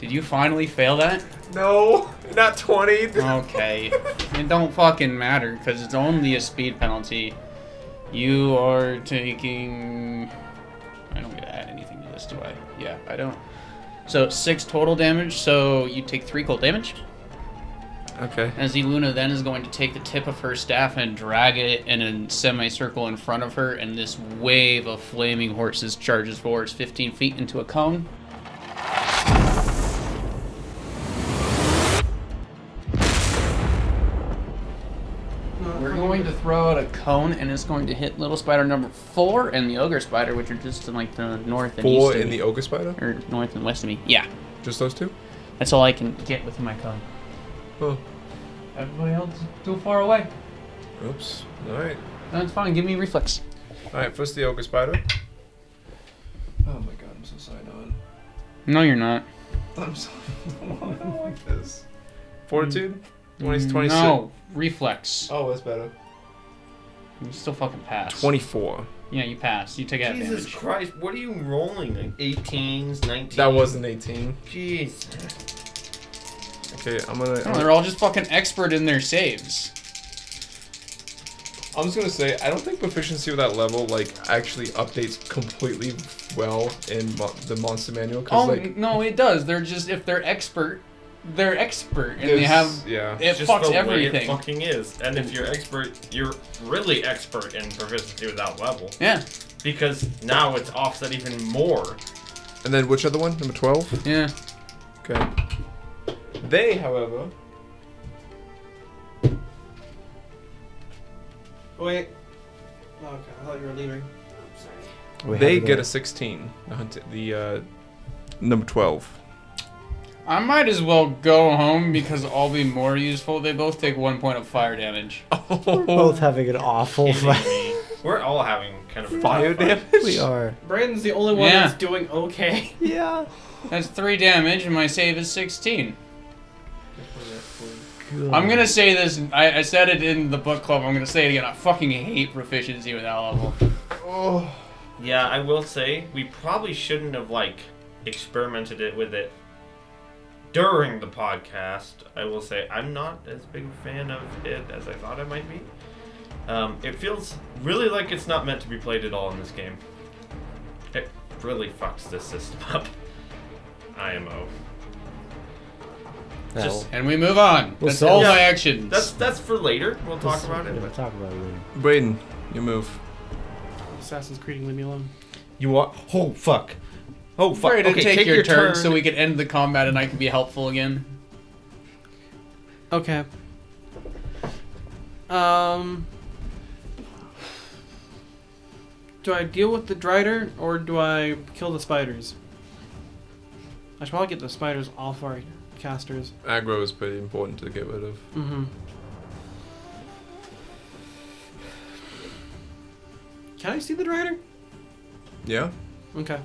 Did you finally fail that?
No, not twenty.
Okay. it don't fucking matter because it's only a speed penalty. You are taking. I don't get to add anything to this, do I? Yeah, I don't. So six total damage. So you take three cold damage.
Okay.
As the Luna then is going to take the tip of her staff and drag it in a semicircle in front of her, and this wave of flaming horses charges forwards 15 feet into a cone. We're going to throw out a cone, and it's going to hit little spider number four and the ogre spider, which are just to like the north and
Four
east of
in
me.
the ogre spider.
or north and west of me. Yeah,
Just those two.
that's all I can get with my cone.
Oh.
Everybody else is too far away.
Oops. All right.
That's fine. Give me reflex.
All right. First the ogre spider. Oh my god, I'm so side on.
No, you're not.
I'm so. I don't like this. Fortitude. Twenty.
Mm,
Twenty-six.
No, reflex.
Oh, that's better.
You still fucking pass.
Twenty-four.
Yeah, you pass. You take half
Jesus
damage.
Christ, what are you rolling? Like 18s, 19s?
That was an eighteen.
Jeez.
Okay, I'm gonna.
Oh, they're all just fucking expert in their saves.
I'm just gonna say I don't think proficiency with that level like actually updates completely well in mo- the monster manual because
Oh
like
no, it does. They're just if they're expert, they're expert, and they
there's-
have
yeah
it
It's just
fucks
the Way it
everything.
fucking is. And if you're expert, you're really expert in proficiency without level.
yeah,
Because now it's offset even more.
and then which other one number twelve
yeah.
okay they however
Wait. Oh, Okay, I thought you were leaving.
We
they
have to
get a sixteen the hunt- the uh, number twelve
I might as well go home because I'll be more useful. They both take one point of fire damage.
both having an awful
Kidding
fight.
me. We're all having kind of a
fire
tough fight.
damage
we are.
Brandon's the only one
Yeah.
that's doing okay.
Yeah.
That's three damage, and my save is 16. I'm gonna say this. and I, I said it in the book club. I'm gonna say it again. I fucking hate proficiency with that level.
oh
Yeah, I will say we probably shouldn't have like experimented it with it during the podcast. I will say I'm not as big a fan of it as I thought I might be. Um, it feels really like it's not meant to be played at all in this game. It really fucks this system up. IMO.
No,
Just-
And we move on.
Well,
That's
so-
all
Yeah.
my actions.
That's that's for later. We'll talk
we'll-
about it.
we'll
but-
talk about it later.
Braden you move
Assassin's Creed, leave me alone.
You are. Oh fuck. Oh fuck.
Sorry to
okay,
take, your, turn, so we can end the combat and I can be helpful again.
Okay. Um. Do I deal with the Drider or do I kill the spiders? I should probably get the spiders off our casters.
aggro is pretty important to get rid of
Mm-hmm. Can I see the Drider?
yeah
Okay.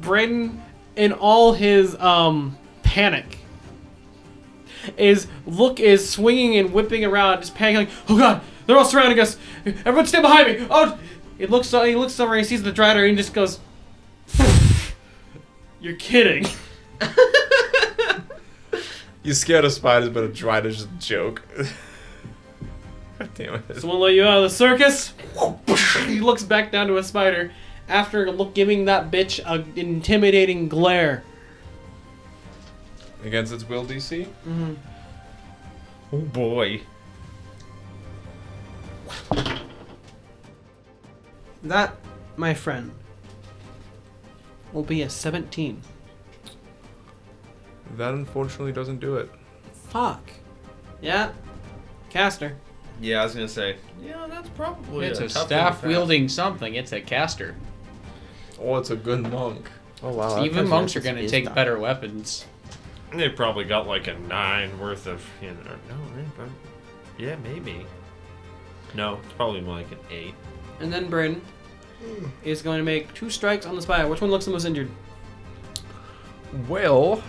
Braden, in all his um panic, is look is swinging and whipping around, just panicking. Like, oh god, they're all surrounding us! Everyone, stay behind me! Oh, he looks. He looks over. He sees the drider and he just goes, "You're kidding."
you scared of spiders but a dried is just a joke god damn it
Someone let you out of the circus? he looks back down to a spider after look, giving that bitch a intimidating glare.
against its will DC
Oh boy.
That, my friend, will be a 17.
That unfortunately doesn't do it.
Fuck. Yeah. Caster.
Yeah, I was gonna say. Yeah, that's probably.
it's
a
a
tough one to
staff
pass.
wielding something. It's a caster.
Oh, it's a good monk.
Oh wow!
So even
Arcos
monks are
Nexus
going to
is
take
not-
better weapons.
They probably got like a nine worth of you know. No, they prob- yeah, maybe. No, it's probably more like an eight.
And then Bryn is going to make two strikes on the spire. Which one looks the most injured?
Well,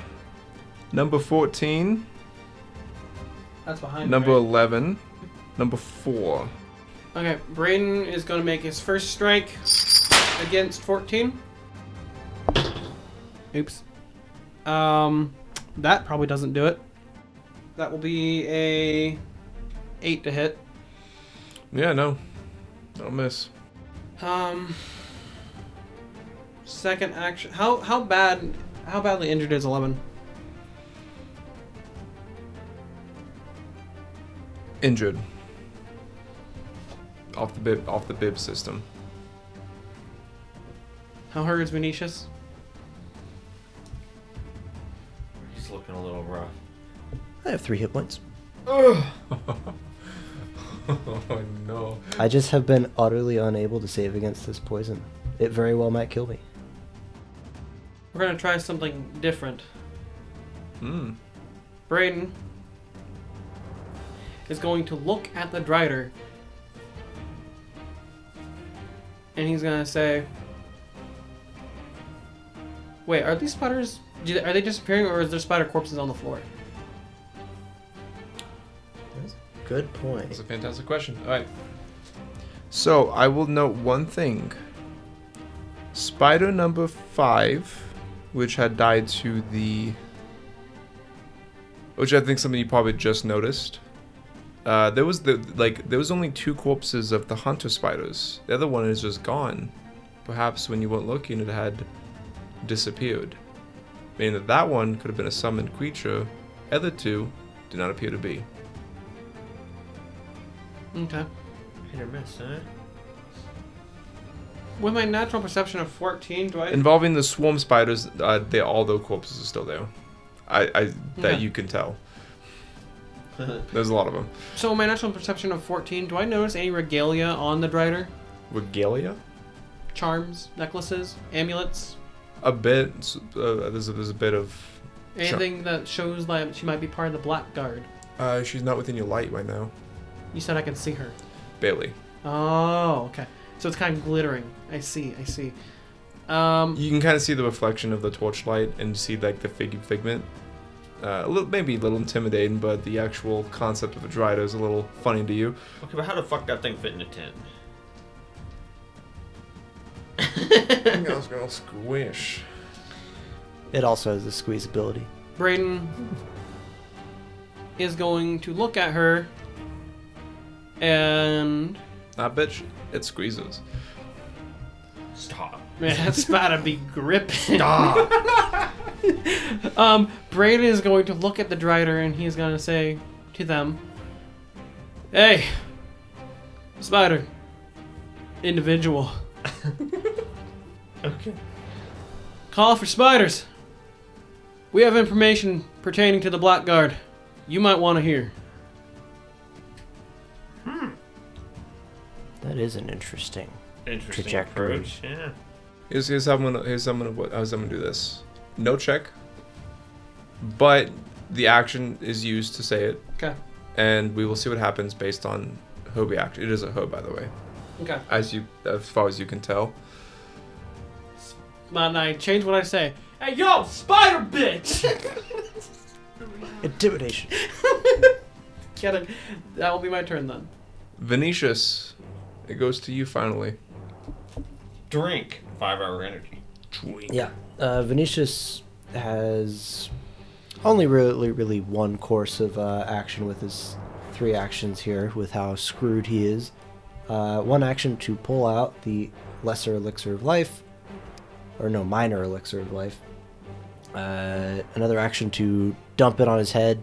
number 14,
That's behind
number
right?
11, number 4.
Okay, Braden is going to make his first strike against 14. Oops. Um, that probably doesn't do it. That will be a 8 to hit.
Yeah, no. I'll miss.
Um, second action. How how bad how badly injured is 11?
Injured. Off the bib, off the bib system.
How hurt is Venetius?
He's looking a little rough.
I have three hit points.
oh no.
I just have been utterly unable to save against this poison. It very well might kill me.
We're going to try something different.
Hmm.
Braden is going to look at the Drider and he's going to say, Wait, are these spiders, do- are they disappearing or is there spider corpses on the floor?
Good
That's
point.
a fantastic question. All right. So I will note one thing. Spider number five, which had died to the, which I think something you probably just noticed. Uh, there was the like there was only two corpses of the hunter spiders. The other one is just gone. Perhaps when you weren't looking, it had disappeared, meaning that that one could have been a summoned creature. Other two do not appear to be.
Okay.
Hit or miss, huh?
With my natural perception of 14, do I.
Involving the swarm spiders, uh, they all the corpses are still there. I, I that
Okay.
you can tell. There's a lot of them.
so, my natural perception of 14, do I notice any regalia on the Drider?
Regalia,
Charms, necklaces, amulets?
a bit. s- Uh, there's a, there's a bit of. Sure.
Anything that shows that she might be part of the Blackguard?
Uh, she's not within your light right now.
You said I can see her.
Barely.
Oh, okay. So it's kind of glittering. I see. I see. Um,
You can kind of see the reflection of the torchlight and see like the fig- figment. Uh, a little, maybe a little intimidating, but the actual concept of a drider is a little funny to you.
Okay, but how the fuck that thing fit in a tent?
I was gonna squish.
It also has the squeeze ability.
Braden is going to look at her, and
I bet she, it squeezes.
Stop.
man, that's about to be gripping. um, Braden is going to look at the drider, and he's gonna say to them, "Hey, spider, individual,
Okay.
Call for spiders. We have information pertaining to the Blackguard. You might want to hear.
That is an interesting.
Interesting
Trajectory.
approach. Yeah.
Here's, here's how I'm gonna here's how I'm gonna what how's I'm gonna do this. No check, but the action is used to say it,
Okay.
and we will see what happens based on her reaction. It is a her, by the way,
Okay.
as you as far as you can tell.
Man, I change what I say. Hey, yo, spider bitch!
Intimidation.
Kidding. That will be my turn then.
Venetius, it goes to you finally.
Drink five hour energy.
Yeah. Uh, Venetius has only really, really one course of uh, action with his three actions here, with how screwed he is. Uh, one action to pull out the lesser elixir of life, or no, minor elixir of life. Uh, another action to dump it on his head.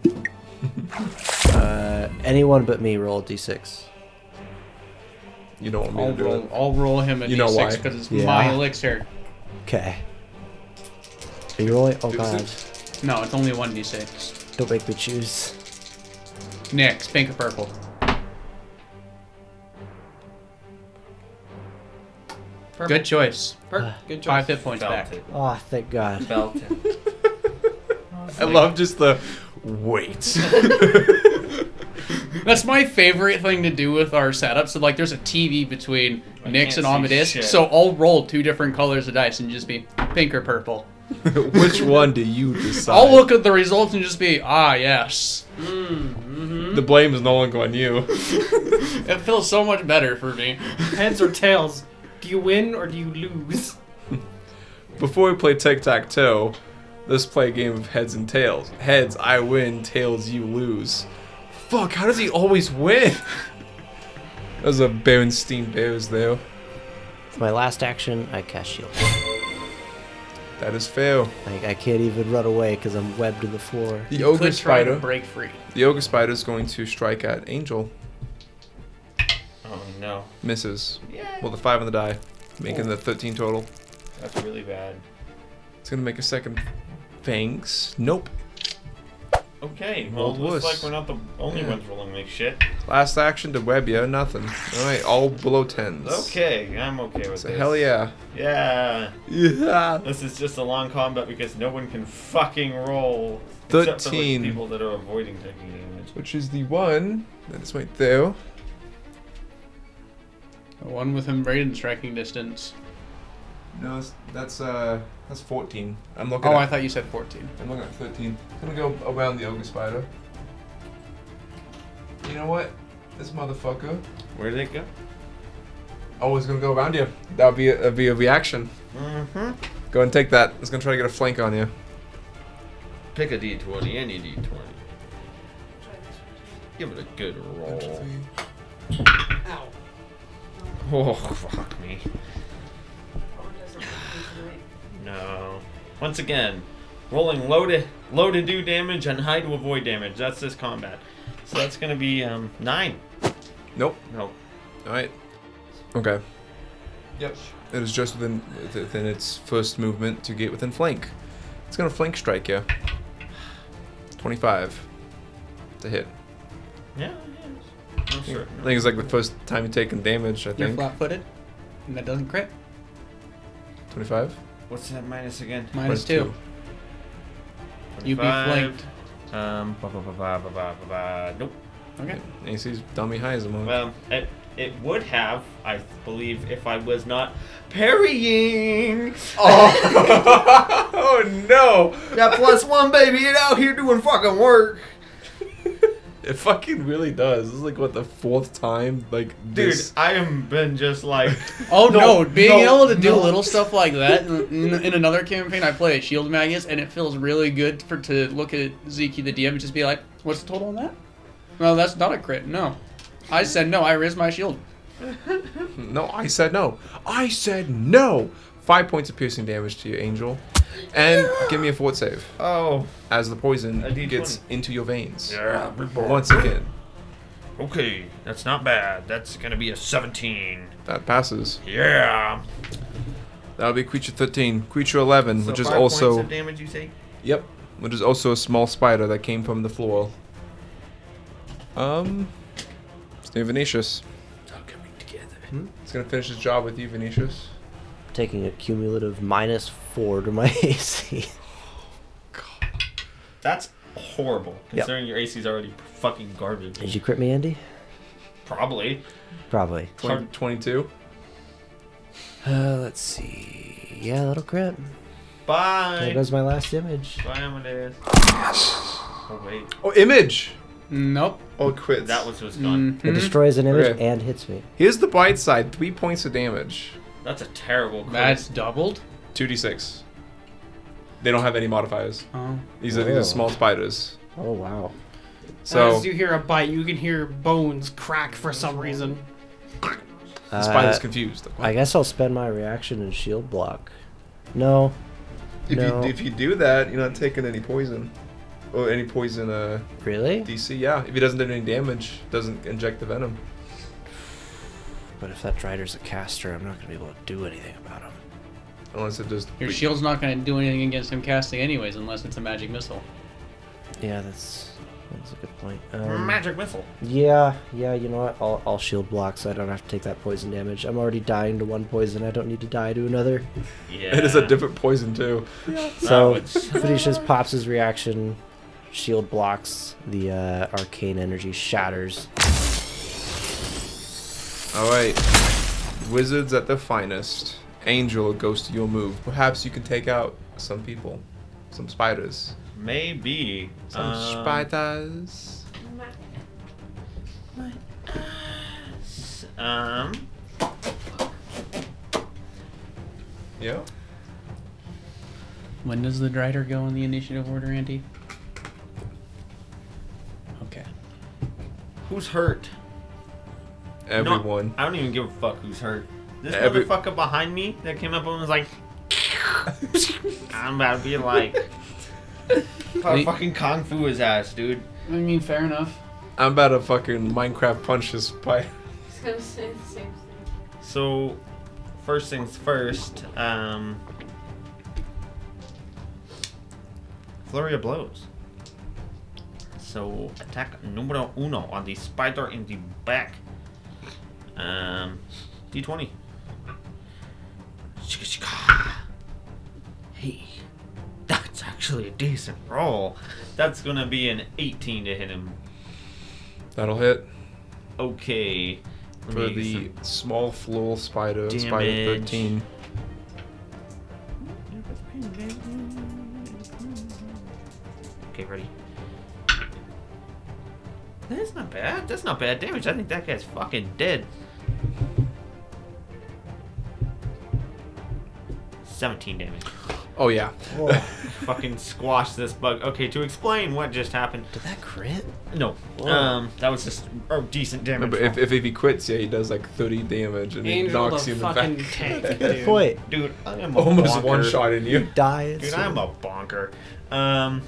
uh, anyone but me roll a d6.
You don't want me
I'll
to do
roll, I'll roll him a
You know why.
because it's
Yeah.
my elixir.
Okay. Are you rolling? Oh
Is
god.
No, it's only 1d6.
Don't make me choose.
Nick, pink or purple?
Purple.
Good choice.
Perk. Good
Five
choice.
hit points back.
Belton.
Oh, thank god.
Belton.
I love just the wait.
That's my favorite thing to do with our setup. So like, there's a TV between
I
Nick's and
can't see
Amadeus.
shit.
So I'll roll two different colors of dice and just be pink or purple.
Which one do you decide?
I'll look at the results and just be ah yes.
The blame is no longer on you.
It feels so much better for me.
Heads or tails? Do you win or do you lose?
Before we play tic tac toe, let's play a game of heads and tails. Heads, I win. Tails, you lose. Fuck! How does he always win? that was a Berenstein Bears though.
It's my last action. I cast shield.
That is fail.
Like I can't even run away because I'm webbed to the floor.
The
Could
ogre
try to
spider.
break free.
The ogre spider is going to strike at Angel.
Oh no,
Misses. Well, the five on the die, making the 13 total.
that's really bad.
It's gonna make a second. Thanks. Nope.
Okay, well,
Rolled
looks
wuss.
like we're not the only
Yeah.
ones rolling like shit.
Last action to web you. Nothing. All right. All below tens.
Okay, I'm okay with
So
this.
hell yeah.
Yeah,
Yeah.
this is just a long combat because no one can fucking roll. Except for, like,
13.
people that are avoiding taking damage.
Which is the one that is right there.
One with him right in striking distance.
No, that's that's uh that's 14. I'm looking.
Oh, I
at,
thought you said 14.
I'm looking at 13. I'm gonna go around the ogre spider. You know what? This motherfucker.
Where did it go?
Oh, it's gonna go around you. That'll be a, that'll be a reaction.
Mm-hmm.
Go and take that. It's gonna try to get a flank on you.
Pick a d20, any d20. Give it a good roll. Oh, fuck me. No. Once again, rolling low to low to do damage and high to avoid damage. That's this combat. So that's gonna be um nine.
Nope.
No.
All right. Okay. Yep. It is just within within its first movement to get within flank. It's gonna flank strike you. 25 to hit.
Yeah. yeah. No, sure.
I
No.
think it's like the first time you've taken damage, I
You're
think.
flat-footed, and that doesn't crit.
25?
What's that minus again?
Minus two. You be
25.
flanked.
Um. Ba, ba, ba, ba, ba, ba, ba, ba. Nope.
Okay.
AC's dummy high as a monk.
Well, it, it would have, I believe, if I was not parrying.
Oh, oh no!
That plus one, baby, it out here doing fucking work.
It fucking really does. This is like what the fourth time, like
Dude,
this.
I am been just like.
Oh no! Being
no,
able to do
no.
little stuff like that in, in another campaign, I play a Shield Magus, and it feels really good for to look at Zeke the DM and just be like, "What's the total on that?" No, that's not a crit. No, I said no. I raised my shield.
No, I said no. I said no. Five points of piercing damage to you, Angel, and give me a fort save
Oh.
as the poison
A D20.
gets into your veins
Yeah.
once again.
Okay, that's not bad. That's gonna be a 17.
That passes.
Yeah.
That'll be creature 13, creature 11, which
So
is
five
also
Points of damage, you say?
Yep. Which is also a small spider that came from the floor. Um. It's new Venetius. It's gonna finish his job with you, Venetius.
Taking a cumulative minus four to my AC.
That's horrible,
Yep.
considering your AC's already fucking
Did
garbage.
you crit me, Andy?
Probably.
Probably.
20, 22.
Uh, let's see. Yeah, that'll crit. There
Bye.
goes my last image.
Bye, Amadeus. Oh, wait.
Oh, image!
Nope.
Oh, quits.
That was was done.
It
Mhm.
destroys an image
Mm-hmm. Okay.
and hits me.
Here's the bright side three points of damage.
That's a terrible crit.
That's doubled.
2d6. They don't have any modifiers.
Oh.
These are, these are
Whoa.
small spiders.
Oh wow.
So,
As you hear a bite, you can hear bones crack for some reason.
the spider's
Uh,
confused.
I guess I'll spend my reaction and shield block. No.
if,
no.
you, if you do that, you're not taking any poison. Or any poison, uh.
really?
DC, yeah. If he doesn't do any damage, doesn't inject the venom.
But if that rider's a caster, I'm not gonna be able to do anything about him.
Unless it just.
Your shield's not going to do anything against him casting, anyways, unless it's a magic missile.
Yeah, that's that's a good point. Um,
Magic missile.
Yeah, yeah. You know what? I'll, I'll shield block, so I don't have to take that poison damage. I'm already dying to one poison. I don't need to die to another.
Yeah.
It is a different poison too.
So
would suck.
Felicia's pops his reaction. Shield blocks. The uh, arcane energy shatters.
All right, wizards at their finest. Angel goes to your move. Perhaps you can take out some people, some spiders,
Maybe.
some
um,
spiders.
Um.
Yeah.
When does the Drider go in the initiative order, Andy? Okay.
Who's hurt? No,
Everyone.
I don't even give a fuck who's hurt. This
Every-
motherfucker behind me that came up and was like, I'm about to be like,
Wait.
fucking kung fu his ass, dude.
I mean, fair enough.
I'm about to fucking Minecraft punch this spider.
I was gonna say the same thing.
So, first things first. Um, flurry of blows. So attack numero uno on the spider in the back. Um, D20. Shika-shika. Hey, that's actually a decent roll. That's gonna be an 18 to hit him.
That'll hit
Okay. let
for
me get some-
the small floral spider. Spider
Damage.
13.
Okay, ready. That's not bad. That's not bad damage. I think that guy's fucking dead. 17 damage.
Oh yeah.
fucking squash this bug. Okay, to explain what just happened.
Did that crit?
No. Um, that was just a decent damage.
Remember, if, if, if he quits, yeah, he does like 30 damage and he
Angel
knocks you
the
in the
fucking
back.
tank,
Good
dude.
point.
Dude, I am a
Almost
bonker.
one shot in you.
Die.
Dude, I'm a bonker. Um,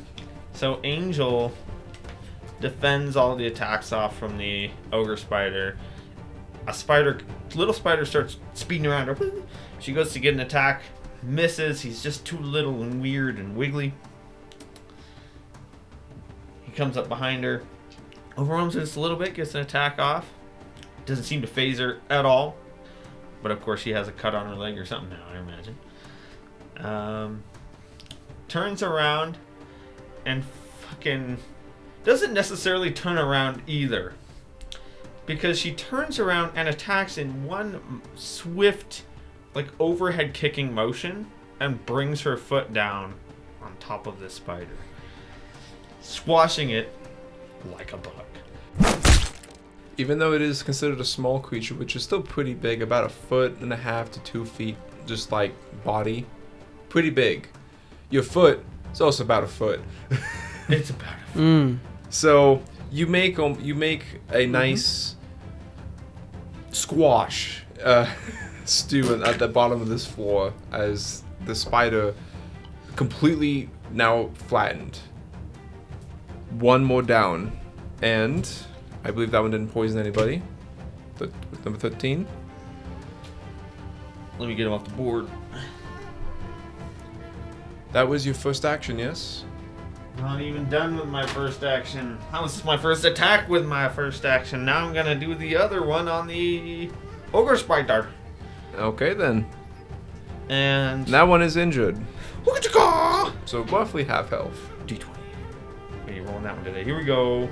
so Angel defends all the attacks off from the ogre spider. A spider, little spider, starts speeding around her. She goes to get an attack, misses. He's just too little and weird and wiggly. He comes up behind her, overwhelms her just a little bit, gets an attack off. Doesn't seem to phase her at all. But of course, she has a cut on her leg or something now, I imagine. Um, turns around and fucking doesn't necessarily turn around either because she turns around and attacks in one swift like overhead kicking motion and brings her foot down on top of this spider squashing it like a bug
Even though it is considered a small creature, which is still pretty big, about a foot and a half to two feet, just like body. Pretty big. Your foot is also about a foot.
it's about a
Mm.
So you make um, you make a nice squash uh, stew at- at the bottom of this floor as the spider completely now flattened. One more down, and I believe that one didn't poison anybody. The, with number thirteen.
let me get him off the board
That was your first action, yes?
Not even done with my first action. That was my first attack with my first action. Now I'm gonna do the other one on the ogre spider.
Okay then.
And
That one is injured,
Hookachaka!
so roughly half health.
D20. Hey, rolling that one today. Here we go.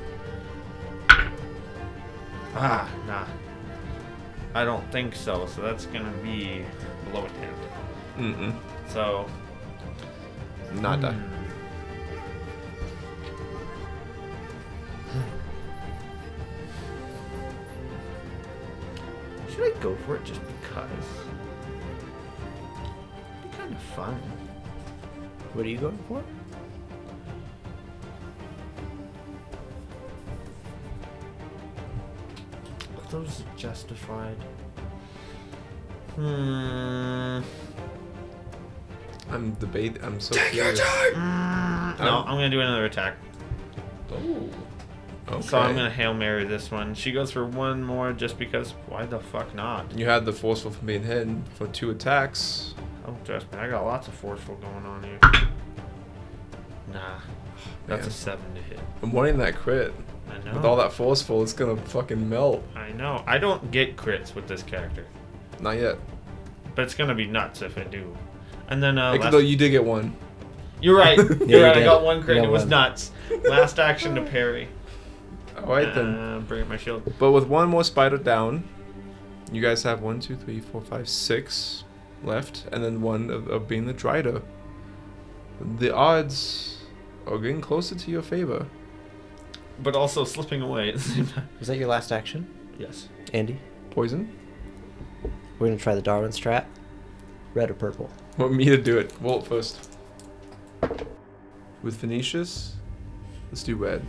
Ah, nah. I don't think so. So that's gonna be below a 10.
Mm-mm.
So
Nada.
Should I go for it just because? It'd be kind of fun.
What are you going for?
Are those justified? Hmm.
I'm debating. I'm so curious.
No, I'm gonna do another attack.
Oh. Okay.
So I'm gonna hail mary this one. She goes for one more just because. Why the fuck not?
You had the forceful from being hidden for two attacks.
Oh, trust me, I got lots of forceful going on here. Nah,
Man.
that's a seven to hit.
I'm wanting that crit.
I know.
With all that forceful, it's gonna fucking melt.
I know. I don't get crits with this character,
Not yet.
but it's gonna be nuts if I do. And then uh,
Like,
last-
though you did get one.
you're right. you're
you
right. I
did.
got one crit.
You
and
got
it was
one.
nuts. Last action to parry.
All right then.
Uh, bring up my shield.
But with one more spider down, you guys have one, two, three, four, five, six left, and then one of, of being the Drider. The odds are getting closer to your favor.
But also slipping away at the same time.
Was that your last action,
Yes.
Andy?
Poison?
We're gonna try the Darwin strat. Red or purple?
Want me to do it? Walt first. With Venetius, let's do red.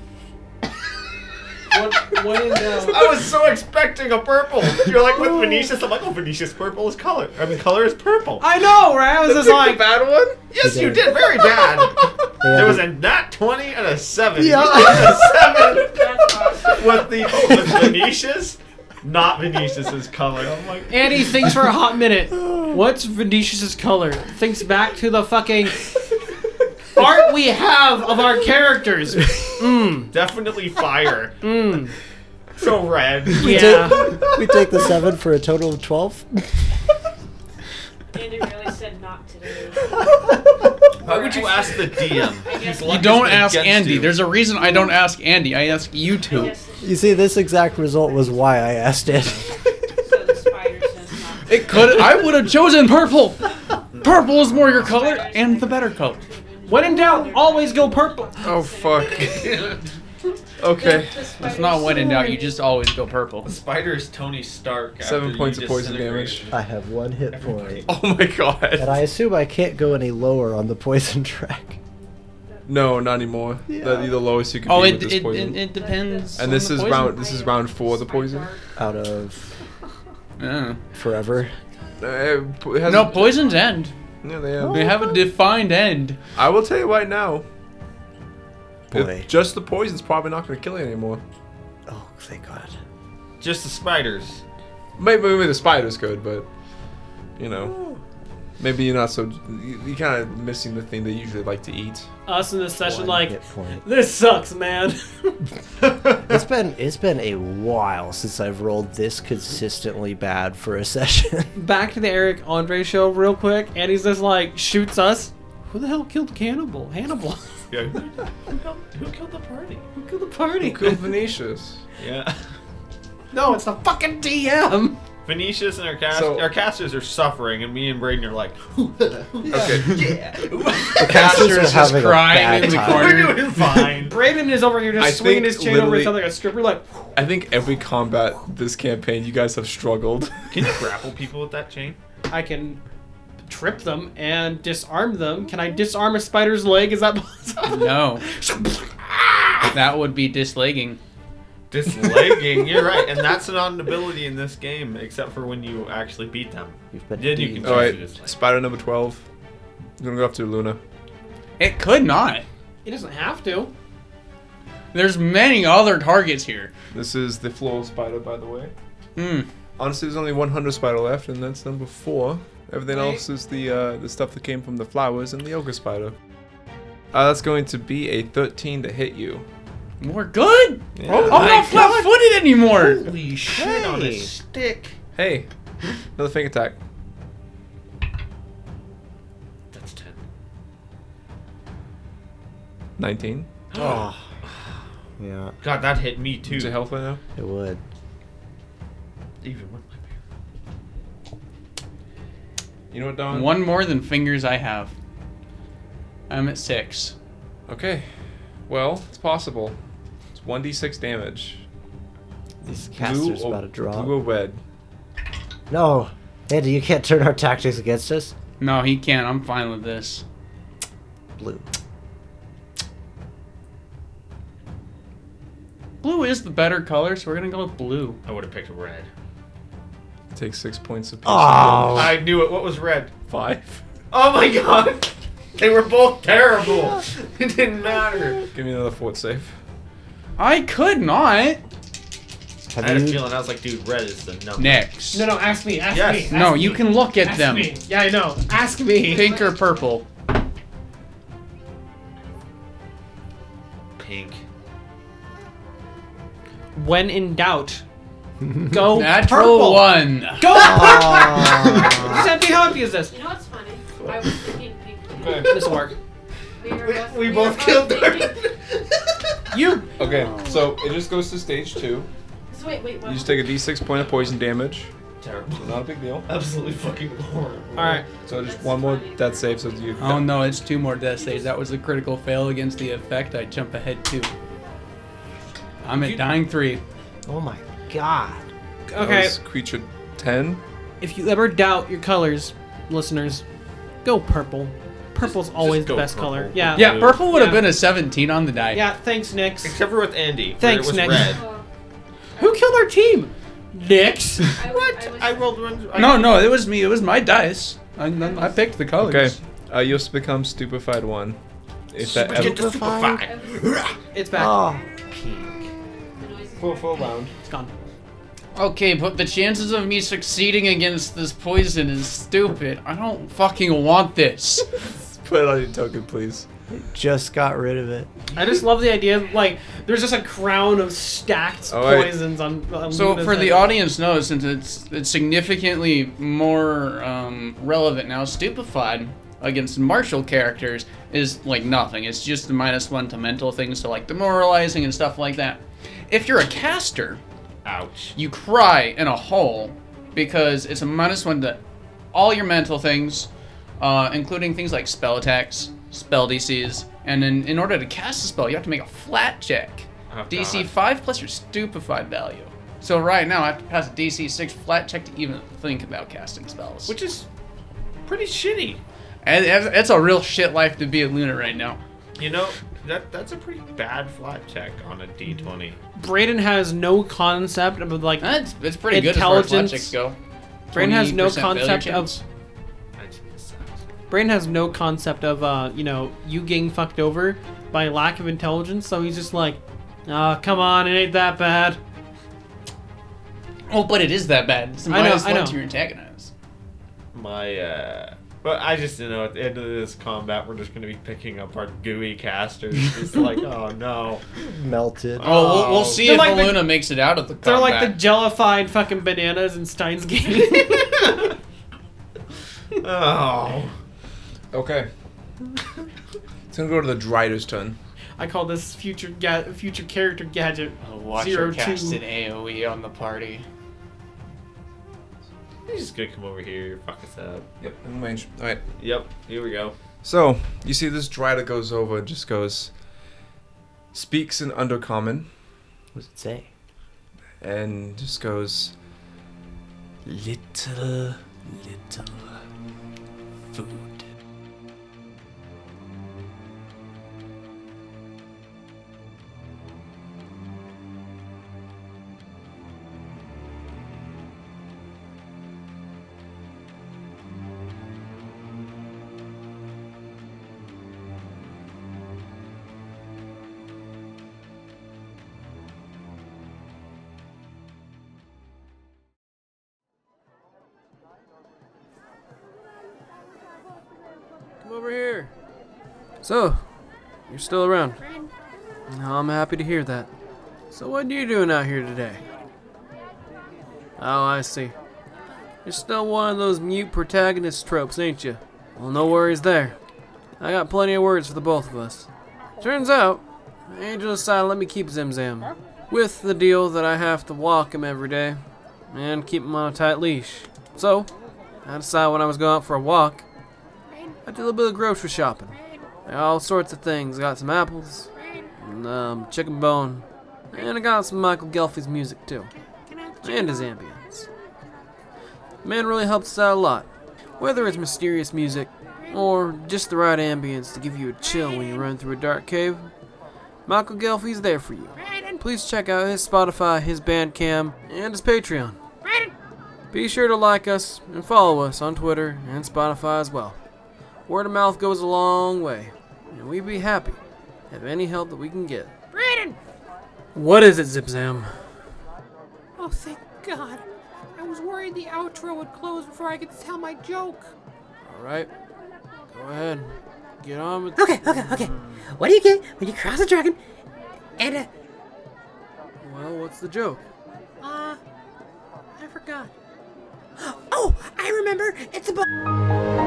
What, what in the...
I was so expecting a purple. You're like with Venetius. I'm like, oh, Venetius purple is color. I mean, color is purple.
I know, right? I was just like,
bad one?
yes, you
did.
did very bad.
Yeah.
There was a nat 20 and a 7. Yeah. a 7
That's awesome.
with the with Venetius, not Venetius's color. I'm like,
Andy thinks for a hot minute. What's Venetius's color? Thinks back to the fucking art we have of our characters. Mmm.
definitely fire.
Mmm.
so red.
Yeah.
we take the seven for a total of twelve.
Andy really said not today.
Why would you ask the DM?
I guess
You don't ask Andy. There's a reason I don't ask Andy. I ask you
I
two.
guess
You see, this exact result was why I asked it.
it's- so the spider says not
It could. I would have chosen purple. Purple is more your color and the better color.
When in doubt, always go purple.
Oh fuck. okay.
That's
It's not when in doubt. You just always go purple.
Spider is Tony Stark. after
Seven
you
points of poison
disintegrated.
damage.
I have one hit point,
Oh my
and
god.
I assume I can't go any lower on the poison track.
No, not anymore.
Yeah.
That'd be the lowest you could
Oh,
be
it
with
it,
this
it,
poison.
it depends.
and
on
this
the
is
poison.
round. This is round four. The poison.
Out of
Yeah.
forever.
Uh, it po- it has-
No, poisons end.
Yeah, they have.
They have a defined end.
I will tell you right now. if
Boy.
just the poison's probably not gonna kill you anymore.
Oh, thank God.
Just the spiders.
Maybe, maybe the spider's good, but you know, maybe you're not so. You're kind of missing the thing they usually like to eat.
Us in this session,
One
like,
hit point.
this sucks, man.
It's been it's been a while since I've rolled this consistently bad for a session.
Back to the Eric Andre show, real quick. Andy's just like, shoots us. Who the hell killed Cannibal? Hannibal.
Yeah. who, killed, who killed the party?
Who killed the party?
Cool Venetius.
Yeah.
No, it's the fucking DM.
Venetius and our, cast-
So-
our casters are suffering, and me and Braden are like,
Okay.
The casters
Just crying in the
we're
corner.
doing fine.
Braden is over here just
I
swinging
think
his chain over
literally-
each other like a stripper, like,
I think every combat this campaign, you guys have struggled.
Can you grapple people with that chain?
I can trip them and disarm them. Can I disarm a spider's leg? Is that possible?
No, that would be dislegging.
Dislegging, you're right, and that's not an ability in this game, except for when you actually beat them.
You've been
Then you can-
All right,
Jesus.
spider number twelve. I'm gonna go after Luna.
It could not.
He doesn't have to.
There's many other targets here.
This is the floral spider, by the way.
Hmm.
Honestly, there's only 100 spider left, and that's number four. Everything else is the uh, the stuff that came from the flowers and the ogre spider. Uh, that's going to be a 13 to hit you.
We're good.
Yeah.
I'm not flat-footed anymore.
Holy shit on a stick.
Hey, another fake attack.
That's 10.
19.
Oh,
Yeah,
God, that hit me too.
Is it health right now?
it would.
Even with my beard.
You know what, Don?
One more than fingers I have. I'm at six.
Okay. Well, it's possible. It's 1d6 damage.
This
Blue
caster's
or-
about to drop.
Blue or red.
No, Andy, you can't turn our tactics against us.
No, he can't. I'm fine with this.
Blue.
Blue is the better color, so we're gonna go with blue.
I would have picked red.
Take six points of piercing
Oh.
I knew it. What was red?
damage. Five.
Oh my god! They were both terrible. It didn't matter.
Give me another fort save.
I could not.
Have
I had a
you-
feeling. I was like, dude, red is the number.
Next.
No, no, ask me. Ask
Yes.
me. ask
No,
me,
you can look at
ask
them.
me. Yeah, I know. Ask me.
Pink or purple?
Pink.
When in doubt, go
Natural
Oh, purple.
one.
Go purple. Just empty. How empty is this?
You know what's funny? I was thinking pink.
Okay.
This will work.
We, were both,
we
were
both killed
thinking-
You.
Okay, so it just goes to stage two.
So wait, wait,
You
what?
just take a d6 point of poison damage.
Terrible.
Not a big deal.
Absolutely fucking horrible.
All right.
So just one more death save. So you.
Oh no, it's two more death saves. That was a critical fail against the effect. I jump ahead two. I'm at dying three.
Oh my god.
That
Okay.
was creature ten.
If you ever doubt your colors, listeners, go purple. Purple's always the
go
best
purple.
color. Yeah.
Yeah, purple would have
Yeah.
been a 17 on the die.
Yeah. Thanks, Nix.
Except for with Andy. where
Thanks,
it was
Nick.
red.
Oh,
Who killed our team? Nix.
I,
What?
I, was,
I rolled one. I
No, no, it was me. It was my dice. I, I picked the colors.
Okay. Uh, you have to become stupefied one. If that
Get
ever.
the super five.
I was
It's back.
Oh.
the noises.
full round.
It's gone.
Okay, but the chances of me succeeding against this poison is stupid. I don't fucking want this.
Put it on your token, please.
Just got rid of it.
I just love the idea. of, Like, there's just a crown of stacked
All right.
poisons on. on
So
Luna's
for the
head.
audience knows, since it's it's significantly more um, relevant now, stupefied against martial characters is like nothing. It's just the minus one to mental things, so like demoralizing and stuff like that. If you're a caster,
Ouch.
you cry in a hole because it's a minus one to all your mental things, uh, including things like spell attacks, spell DCs, and in, in order to cast a spell, you have to make a flat check.
Oh,
DC
God.
5 plus your stupefied value. So right now, I have to pass a DC 6 flat check to even think about casting spells.
Which is pretty shitty.
and, and it's a real shit life to be a Luna right now.
You know, that that's a pretty bad flat check on a D20.
Braden has no concept of like.
That's it's pretty good as far as flat
Intelligence.
checks go.
Braden has no
20% failure
concept of
chance.
I just- this sucks.
Brain has no concept of uh, you know, you getting fucked over by lack of intelligence, so he's just like, ah, come on, it ain't that bad.
Oh, but it is that bad. It's a
I know,
minus
I
one
know.
to your antagonist.
My uh but I just you know at the end of this combat we're just gonna be picking up our gooey casters. It's like, oh no.
Melted.
Oh, we'll,
Oh.
well see
They're
if
like the-
Luna makes it out of the
They're like the
combat.
jellified fucking bananas in Steins Gate.
Oh
Okay. It's gonna go to the Drider's turn.
I call this future ga- future character gadget.
Oh, watch
Zero
her cast
two.
an AoE E on the party.
He's just gonna come over here, fuck us up.
Yep. In range. All right.
Yep, here we go.
So you see this Drider goes over and just goes. Speaks in Undercommon.
What does it say?
and just goes little little food
Come over here. So, you're still around. No, I'm happy to hear that. So, what are you doing out here today? Oh, I see. You're still one of those mute protagonist tropes, ain't you? Well, no worries there. I got plenty of words for the both of us. Turns out, Angel decided to let me keep Zimzam, with the deal that I have to walk him every day and keep him on a tight leash. So, I decided when I was going out for a walk, I did a little bit of grocery shopping. All sorts of things. Got some apples, and, um, chicken bone, and I got some Michael Gelfie's music too, and his ambience. Man really helps us out a lot. Whether it's mysterious music or just the right ambience to give you a chill when you run through a dark cave, Michael Gelfie's there for you. Please check out his Spotify, his Bandcam, and his Patreon. Be sure to like us and follow us on Twitter and Spotify as well. Word of mouth goes a long way, and we'd be happy to have any help that we can get. What is it, Zipzam?
Oh, thank God. I was worried the outro would close before I could tell my joke.
Alright. Go ahead. Get on with
Okay, okay, okay. What do you get when you cross a dragon and a.
Well, what's the joke?
Uh, I forgot. Oh, I remember! It's a. Bu-